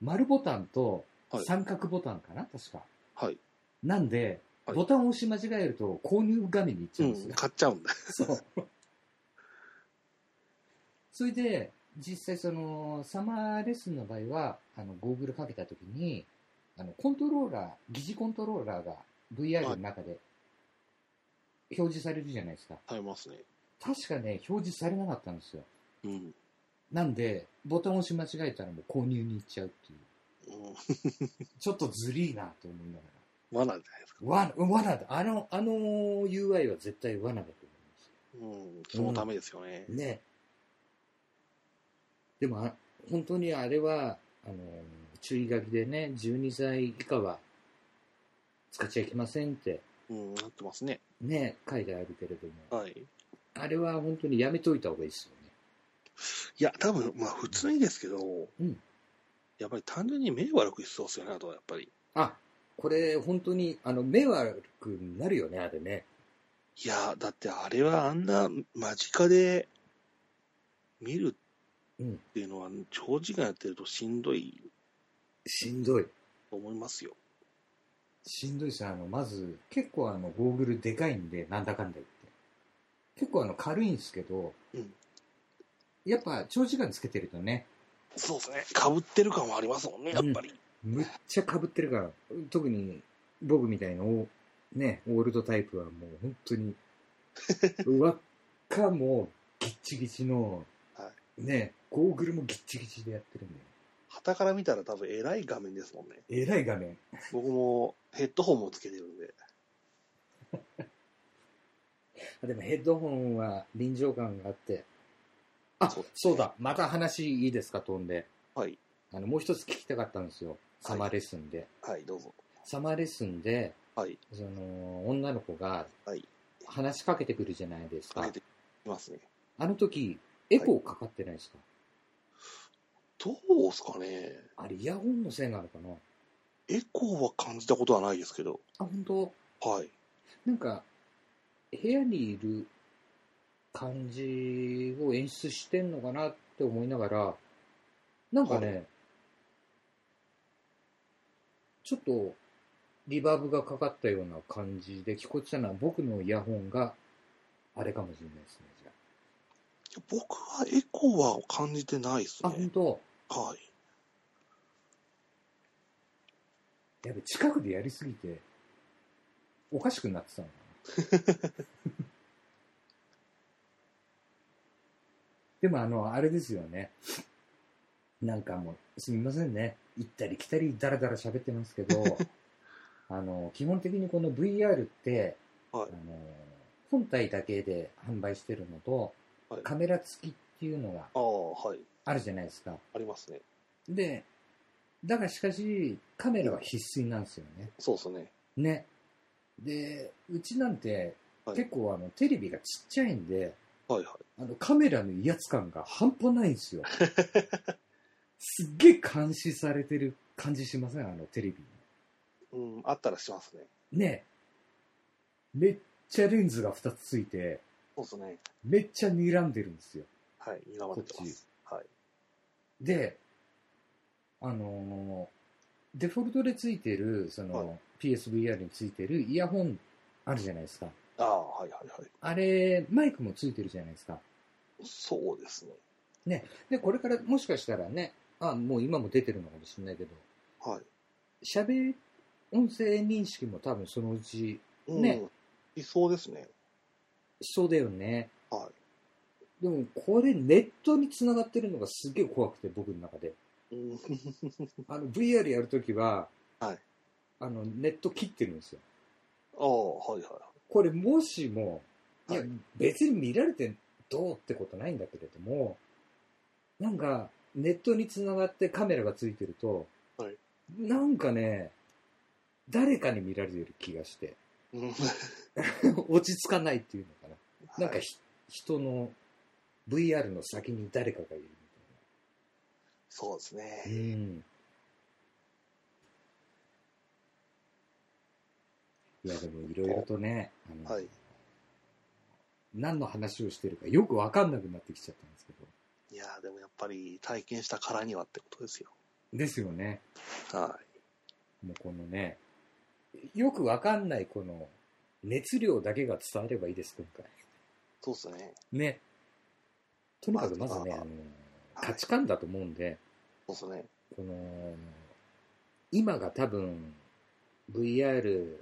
S1: 丸ボタンと
S2: はい
S1: 三角ボタンかな、確か。
S2: はい。
S1: なんで、
S2: はい
S1: ボタンを押し間違えると購入画面に行っちゃ
S2: う
S1: うんですよ。
S2: ん。買っちゃうんだ。
S1: そう。 それで、実際その、サマーレッスンの場合は、あの、ゴーグルかけたときに、あの、コントローラー、疑似コントローラーが VR の中で表示されるじゃないですか。
S2: 買いますね。
S1: 確かね、表示されなかったんですよ。
S2: うん。うん
S1: なんで、ボタンを押し間違えたらもう購入に行っちゃうっていう。ちょっとずりーなと思いなが
S2: 罠じゃないですか。
S1: ら。わ、罠だ。あの、あの UI は絶対罠だと思います。
S2: うん。そのためですよね。
S1: ね。でも、あ本当にあれは、あの、注意書きでね、12歳以下は使っちゃいけませんって、
S2: うん。なってますね。
S1: ね、書いてあるけれども、
S2: はい。い
S1: あれは本当にやめといた方がいいですよね。
S2: や、多分、まあ、普通にですけど、
S1: うん
S2: やっぱり単純に目悪くしそうですよね、あとはやっぱり。
S1: あ、これ本当に、あの、目悪くなるよね、あれね。
S2: いや、だってあれはあんな間近で見る
S1: うん。
S2: っていうのは、長時間やってるとしんどい
S1: しんどい。
S2: と思いますよ。
S1: しんどいですね。あの、まず、結構あの、ゴーグルでかいんで、なんだかんだ言って。結構あの、軽いんですけど、
S2: うん
S1: やっぱ長時間つけてるとね、
S2: そうですね。かぶってる感はありますもんね、やっぱり。
S1: むっちゃ被ってるから、特に僕みたいなお、ね、オールドタイプはもう本当 に、輪っかもギッチギチの、
S2: は
S1: ね、ゴーグルもギッチギチでやってるんだよ。
S2: 旗から見たら多分偉い画面ですもんね。
S1: えらい画面。
S2: 僕もヘッドホンもつけてるんで。
S1: あでもヘッドホンは臨場感があって。あ、
S2: そ
S1: そううだ。また話いいですか、飛んで。
S2: はい。
S1: あの、もう一つ聞きたかったんですよ。サマーレッスンで。
S2: はい、どうぞ。
S1: サマーレッスンで、
S2: はい。
S1: その、女の子が
S2: はい。
S1: 話しかけてくるじゃないですか。
S2: 上げていますね。
S1: あの時、エコーかかってないですか、
S2: どうですかね。
S1: あれ、イヤホンのせいなのかな
S2: エコーは感じたことはないですけど。
S1: あ、本当
S2: はい。
S1: なんか、部屋にいる感じを演出してんのかなって思いながら、なんかね、ちょっとリバーブがかかったような感じで聞こえてたのは僕のイヤホンがあれかもしれないですね、じゃ
S2: 僕はエコーは感じてないです
S1: あ。あ、本
S2: ね。
S1: 当
S2: はい。
S1: やべ、近くでやりすぎて、おかしくなってたのかな。 でもあの、あれですよね。なんかもう、すみませんね。行ったり来たり、だらだら喋ってますけ ど、あの、基本的にこの VR って、
S2: はい
S1: あの、本体だけで販売してるのと、
S2: はい
S1: カメラ付きっていうのが
S2: ああ、はい。
S1: あるじゃないですか。
S2: ありますね。
S1: で、だがしかし、カメラは必須なんですよね。
S2: そうですね。
S1: ね。で、うちなんて、
S2: はい
S1: 結構あの、テレビがちっちゃいんで、
S2: はいはい。
S1: あの、カメラの威圧感が半端ないんです よ。すっげえ監視されてる感じしませんあの、テレビ。
S2: うん、あったらしますね。
S1: ね。めっちゃレンズが2つついて、
S2: そうですね。
S1: めっちゃ睨んでるんですよ。
S2: はい。睨まれてます。はい。
S1: で、あのーデフォルトでついてる、その、
S2: は
S1: PSVR についてるイヤホンあるじゃないですか。
S2: ああ、はいはいはい。
S1: あれ、マイクもついてるじゃないですか。
S2: そうですね。
S1: で、これからもしかしたらね、あ、もう今も出てるのかもしれないけど、
S2: はい。
S1: 喋、音声認識も多分そのうち
S2: うん、
S1: ね
S2: 理想ですね。
S1: しそうだよね。
S2: は
S1: でも、これネットに繋がってるのがすげえ怖くて、僕の中で。
S2: い。うん、
S1: あの、VR やるときは、
S2: はい
S1: あの、ネット切ってるんですよ。
S2: ああ、はいはい。
S1: これもしも、いや、
S2: はい
S1: 別に見られてどうってことないんだけれども、なんか、ネットにつながってカメラがついてると、
S2: はい
S1: なんかね、誰かに見られてる気がして、
S2: うん
S1: 落ち着かないっていうのかな。なん
S2: は
S1: か
S2: い、
S1: ひ、人の VR の先に誰かがいる
S2: そうです
S1: みたいな。
S2: ね。
S1: うん。いや、でもいろいろとね、あの
S2: はい。
S1: 何の話をしてるかよくわかんなくなってきちゃったんですけど。
S2: いやーでもやっぱり体験したからにはってことですよ。
S1: ですよね。
S2: は
S1: もうこのね、よくわかんないこの熱量だけが伝わればいいです、今回。
S2: い。そうですね。
S1: ね。とにかくまずね、あの、
S2: まあはい
S1: 価値観だと思うんで、
S2: そうですね。
S1: この、今が多分、VR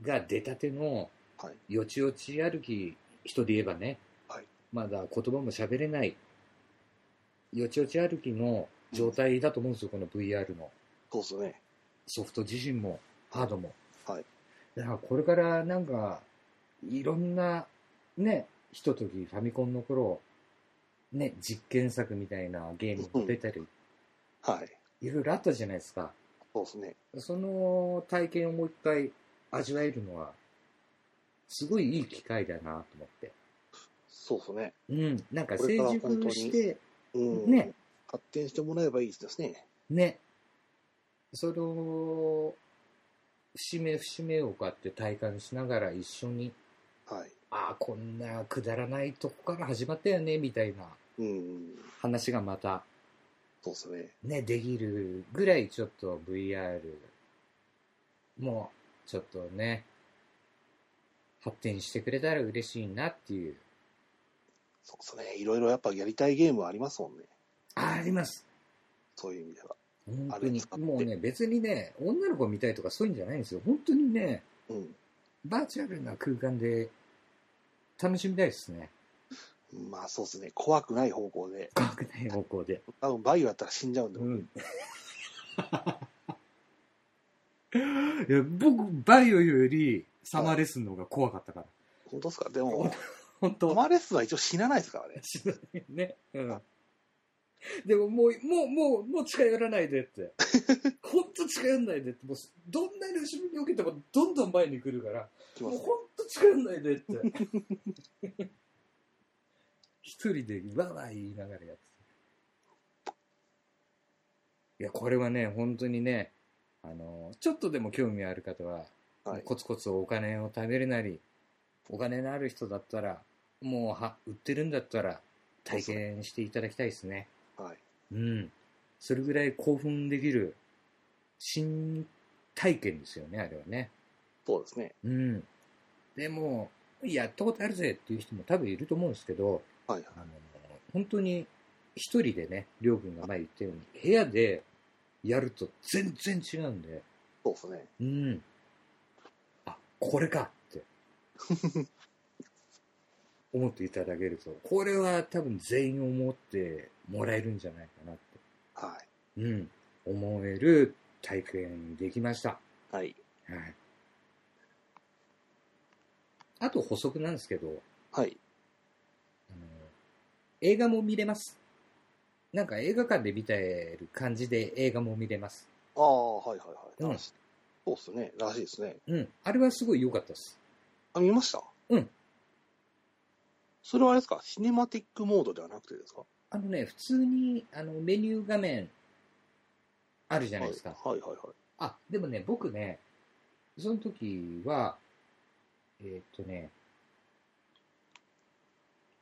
S1: が出たての、
S2: はい。
S1: よちよち歩き、人で言えばね、
S2: はい
S1: まだ言葉も喋れない、よちよち歩きの状態だと思うんですよ、この VR の。
S2: そうですね。
S1: ソフト自身もハードも。
S2: はい。
S1: だからこれからなんか、いろんな、ね、ひとときファミコンの頃、ね、実験作みたいなゲームが出たり、
S2: はい。
S1: いろいろあったじゃないですか。
S2: そうですね。
S1: その体験をもう一回味わえるのは、すごいいい機会だなと思って。
S2: そうですね。
S1: うん。なんか
S2: これ
S1: 成
S2: から本当
S1: 熟
S2: に
S1: して、
S2: うん。
S1: ね。
S2: 発展してもらえばいいですね。
S1: ね、それを、節目節目をこうやって体感しながら一緒に
S2: はい。
S1: ああ、こんなくだらないとこから始まったよね、みたいな
S2: うん。
S1: 話がまた
S2: そうですね。
S1: ね、できるぐらいちょっと VR もうちょっとね、発展してくれたら嬉しいなっていう。
S2: そうですね。いろいろやっぱやりたいゲームはありますもんね。
S1: あ、あります。
S2: そういう意味では。
S1: 本当に
S2: あれ使っ。て
S1: もうね、別にね、女の子見たいとかそういうんじゃないんですよ。本当にね、
S2: うん。
S1: バーチャルな空間で楽しみたいですね。
S2: まあそうですね。怖くない方向で。
S1: 怖くない方向で。
S2: 多分バイオやったら死んじゃうんで、
S1: うん。 いや僕、バイオよりサマーレスンの方が怖かったから。
S2: 本当ですかでも、
S1: 本
S2: ト
S1: 当
S2: マレスは一応死なないですからね。
S1: ね。うん。でももう、もう、もう、もう近寄らないで って。本当近寄らないでって。もう、どんなに後ろに避けてもどんどん前に来るから、
S2: 来
S1: も
S2: ま
S1: う
S2: すね
S1: 本当近寄らないでって。 一人でわーわー言いながらやってたいや、これはね、本当にね、あの、ちょっとでも興味ある方は、
S2: はい。
S1: コツコツお金を貯めるなり、お金のある人だったら、もうは売ってるんだったら、体験していただきたいですね。
S2: はい。
S1: うん。それぐらい興奮できる新体験ですよね、あれはね。
S2: そうですね。
S1: うん。でも、やったことあるぜっていう人も多分いると思うんですけど、
S2: はいはい。
S1: あの、本当に一人でね、りょうくんが前言ったように、部屋でやると全然違うんで、
S2: そうですね。
S1: うん。あ、これかって。思っていただけると、これは多分全員思ってもらえるんじゃないかなって、
S2: は
S1: うん、思える体験できました。
S2: い。はい。
S1: はい。あと補足なんですけど、
S2: はい。
S1: あの映画も見れます。なんか映画館で見てる感じで映画も見れます。
S2: ああ、はいはいはい。
S1: うん
S2: そうですね。らしいですね。
S1: うん。あれはすごい良かったです。
S2: あ、見ました
S1: うん。
S2: それはあれですかシネマティックモードではなくてですか
S1: あのね、普通にあのメニュー画面あるじ
S2: じ
S1: ゃないですか。
S2: はいはいはいはい。
S1: あ、でもね、僕ね、その時は、えーっとね、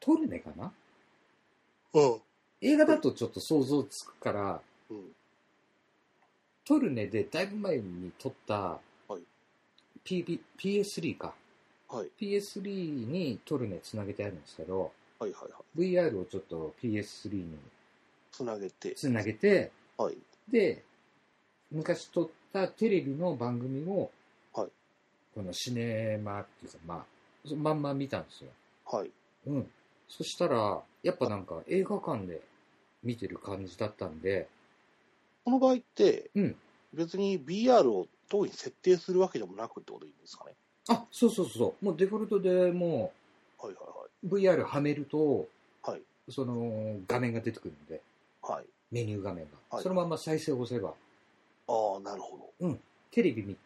S1: トルネかな
S2: うん。
S1: 映画だとちょっと想像つくから、
S2: うん。
S1: トルネでだいぶ前に撮った、
S2: はい
S1: PB PS3 か。
S2: はい。
S1: PS3 にトルネつなげてあるんですけど、
S2: はいはいはい。
S1: VR をちょっと PS3 に
S2: つなげて。
S1: つなげて、
S2: はい。
S1: で、昔撮ったテレビの番組を、
S2: はい
S1: このシネマっていうか、まあ、そのまんま見たんですよ。
S2: はい。
S1: うん。そしたら、やっぱなんか映画館で見てる感じだったんで、
S2: この場合って、
S1: うん
S2: 別に BR を特に設定するわけでもなくってことでいいんですかね
S1: あ、そうそうそう、もうデフォルトでも
S2: はいは
S1: う VR はめると、
S2: はい
S1: その画面が出てくるんで、
S2: いはい。はい。
S1: メニュー画面が。
S2: はい
S1: そのまま再生を押せば、
S2: ああ、なるほど。
S1: テレビ見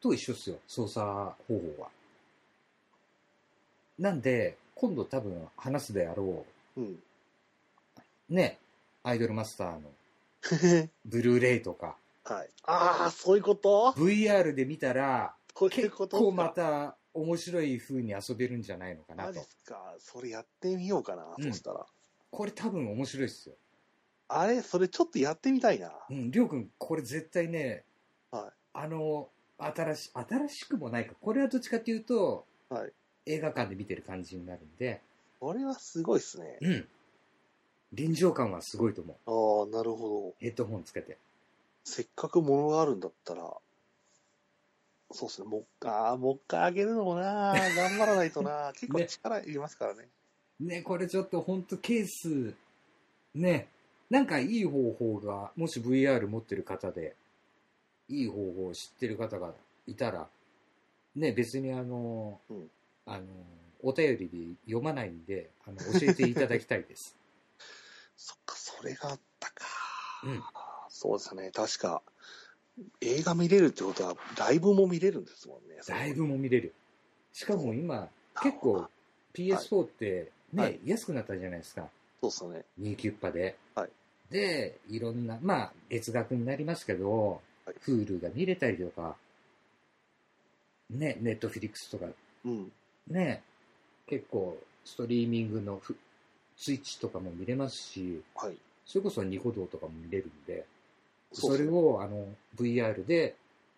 S1: と一緒っすよ、操作方法は。なんで、今度多分話すであろ
S2: うん。
S1: う、ね、アイドルマスターの
S2: は
S1: ブルーレイとか、
S2: い。ああ、そういうこと
S1: VR で見たら、
S2: そういう
S1: 結
S2: こと
S1: 構また面白い風に遊べるんじゃないのかな
S2: マジ
S1: と
S2: っ。すか。それやってみようかな、
S1: うん
S2: そしたら。
S1: これ多分面白いっすよ。
S2: あれそれちょっとやってみたいな。
S1: うん、りょうくん、これ絶対ね、
S2: は
S1: あの、新し、新しくもないか。これはどっちかっていうと、
S2: はい
S1: 映画館で見てる感じになるんで、
S2: これはすごいっすね。
S1: うん。臨場感はすごいと思う。
S2: ああ、なるほど。
S1: ヘッドホンつけて。
S2: せっかく物があるんだったら、そうっすね。もう、ああ、もう一回あげるのもな、頑張らない とな。結構
S1: ね
S2: 力いりますからね。
S1: ね、これちょっとほんとケース、ね、なんかいい方法が、もし VR 持ってる方で、いい方法を知ってる方がいたら、ね、別にあの、
S2: うん
S1: あの、お便りで読まないんで、あの、教えていただきたいです。
S2: そっか、それがあったか。
S1: うん
S2: そうですね。確か、映画見れるってことは、ライブも見れるんですもんね。
S1: ライブも見れる。しかも今、結構 PS4 ってね、
S2: はい
S1: 安くなったじゃないですか。
S2: そうっすね。
S1: 2キュッパで。
S2: はい
S1: で、いろんな、まあ、月額になりますけど、
S2: はい
S1: Hulu が見れたりとか、ね、Netflix とか、
S2: うん。
S1: ね、結構、ストリーミングのふ、ツイッチとかも見れますし、
S2: はい。
S1: それこそニコ動とかも見れるんで、
S2: う
S1: そ
S2: っす
S1: れ
S2: ね
S1: を、あの、VR で、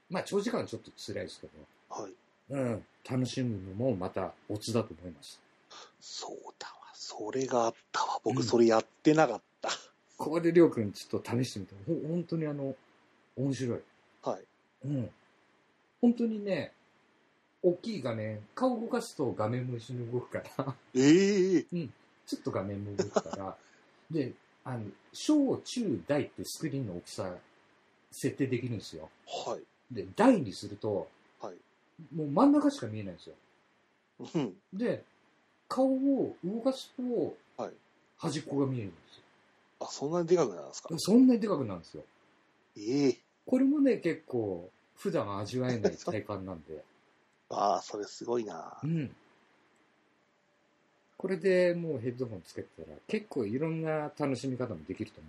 S1: まあ、長時間はちょっと辛いですけど、
S2: はい。
S1: うん、楽しむのもまたオツだと思います。
S2: そうだわ。それがあったわ。
S1: う
S2: 僕、
S1: ん
S2: それやってなかった。
S1: ここでりょうくんちょっと試してみて、ほ本当にあの、面白い。
S2: はい。
S1: うん。本当にね、大きい画面、顔動かすと画面も一緒に動くから、
S2: ええ
S1: ちょっと画面も動く から、で、あの、小、中、大ってスクリーンの大きさ、設定できるんですよ。
S2: はい。
S1: で、大にすると、
S2: はい。
S1: もう真ん中しか見えないんですよ。
S2: うん。
S1: で、顔を動かすと
S2: はい、
S1: 端っこが見えるんですよ。
S2: あ、そんなにでかくなるんですか
S1: でもそんなにでかくなるんですよ。
S2: ええ
S1: これもね、結構、普段味わえない体感なんで。
S2: ああ、それすごいな
S1: う。ん。これでもうヘッドホンつけてたら、結構いろんな楽しみ方もできると思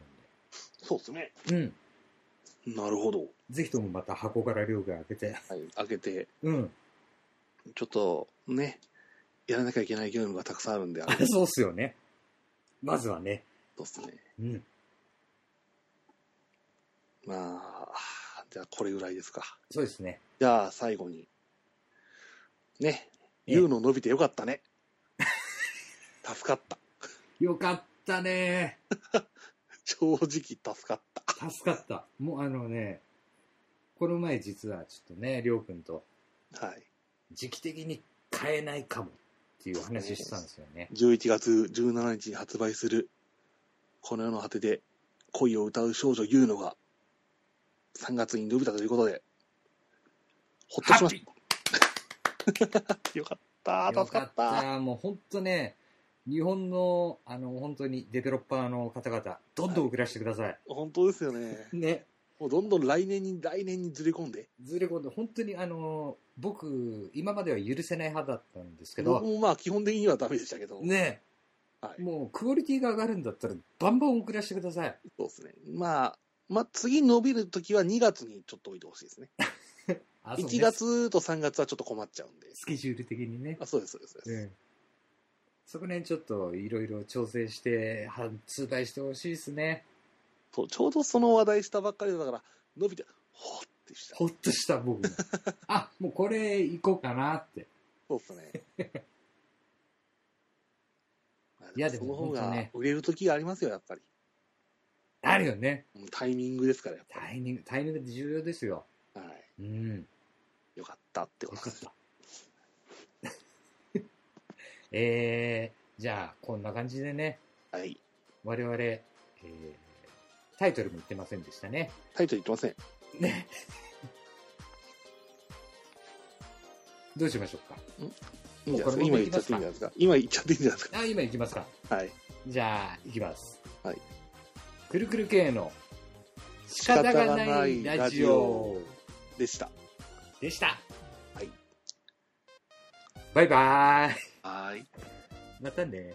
S2: そうですね。
S1: うんで。
S2: なるほど。
S1: うん。ぜひともまた箱から量が開けて。
S2: はい。開けて、
S1: うん。
S2: ちょっと、ね、やらなきゃいけない業務がたくさんあるんで、 あれそう
S1: そうっすよね。まずはね。
S2: ですね。
S1: うん。
S2: まあ、じゃあこれぐらいですか。
S1: そうですね。
S2: じゃあ最後に。ね、言うの伸びてよかったね。助か った。
S1: よかったね。
S2: 正直助かった。
S1: 助かった。もうあのね、この前実はちょっとね、りょうくんと
S2: はい。
S1: 時期的に買えないかもっていうお話してたんですよね。
S2: 11月17日に発売する、この世の果てで恋を歌う少女ユーノが、3月に伸びたということで、ほっと
S1: ハ
S2: しま
S1: ッ
S2: し
S1: ピ
S2: た。よかった。
S1: ーよ
S2: 助か
S1: か
S2: っ。
S1: ったた。もう本当ね、日本の、あの、本当にデベロッパーの方々、どんどん送らせてください。
S2: 本当ですよね。
S1: ね。
S2: もうどんどん来年に、来年にずれ込んで。
S1: ずれ込んで、本当にあの、僕、今までは許せない派だったんですけ
S2: 僕
S1: ど、
S2: もまあ基本的にはダメでしたけど。
S1: ね、
S2: はい。
S1: もうクオリティが上がるんだったら、バンバン送らせてください。
S2: そうですね。まあ、まあ次伸びるときは2月にちょっと置いてほしいですね。
S1: あそうね
S2: 1月と3月はちょっと困っちゃうんで。
S1: スケジュール的にね。
S2: あ、そうです、そうです。そうです
S1: うんそこら辺ちょっといろいろ調整して、発売してほしいですね。
S2: そうちょうどその話題したばっかりだから、伸びて、ほーってした。
S1: ほっとした僕 も。あ、もうこれ行こうかなって。
S2: そうっすね。 まあ
S1: いやでも
S2: その方
S1: 本当
S2: が
S1: ね
S2: 売れる時がありますよ、やっぱり。
S1: あるよね。
S2: うんタイミングですから、やっぱ
S1: タイミング、タイミングって重要ですよ。
S2: り。はい。
S1: うん。
S2: よかったってこ
S1: 分
S2: と
S1: か
S2: で
S1: っ
S2: す。
S1: た。 えー、じゃあ、こんな感じでね、
S2: はい。
S1: 我々、えータイトルも言ってませんでしたね。
S2: タイトル言ってません。
S1: ね。どうしましょうか。
S2: いいんじゃ
S1: も
S2: ないですか。
S1: うこ
S2: 今
S1: れ
S2: 言っちゃっていいんじゃないですか。今言っちゃっていいんじゃないです
S1: あ、今行きますか。
S2: か。はい。
S1: じゃあ、行きます。
S2: はい。
S1: くるくる系の仕方がないラジオ
S2: でした。
S1: でした。
S2: はい。
S1: バイバーイ。
S2: はい。
S1: またね。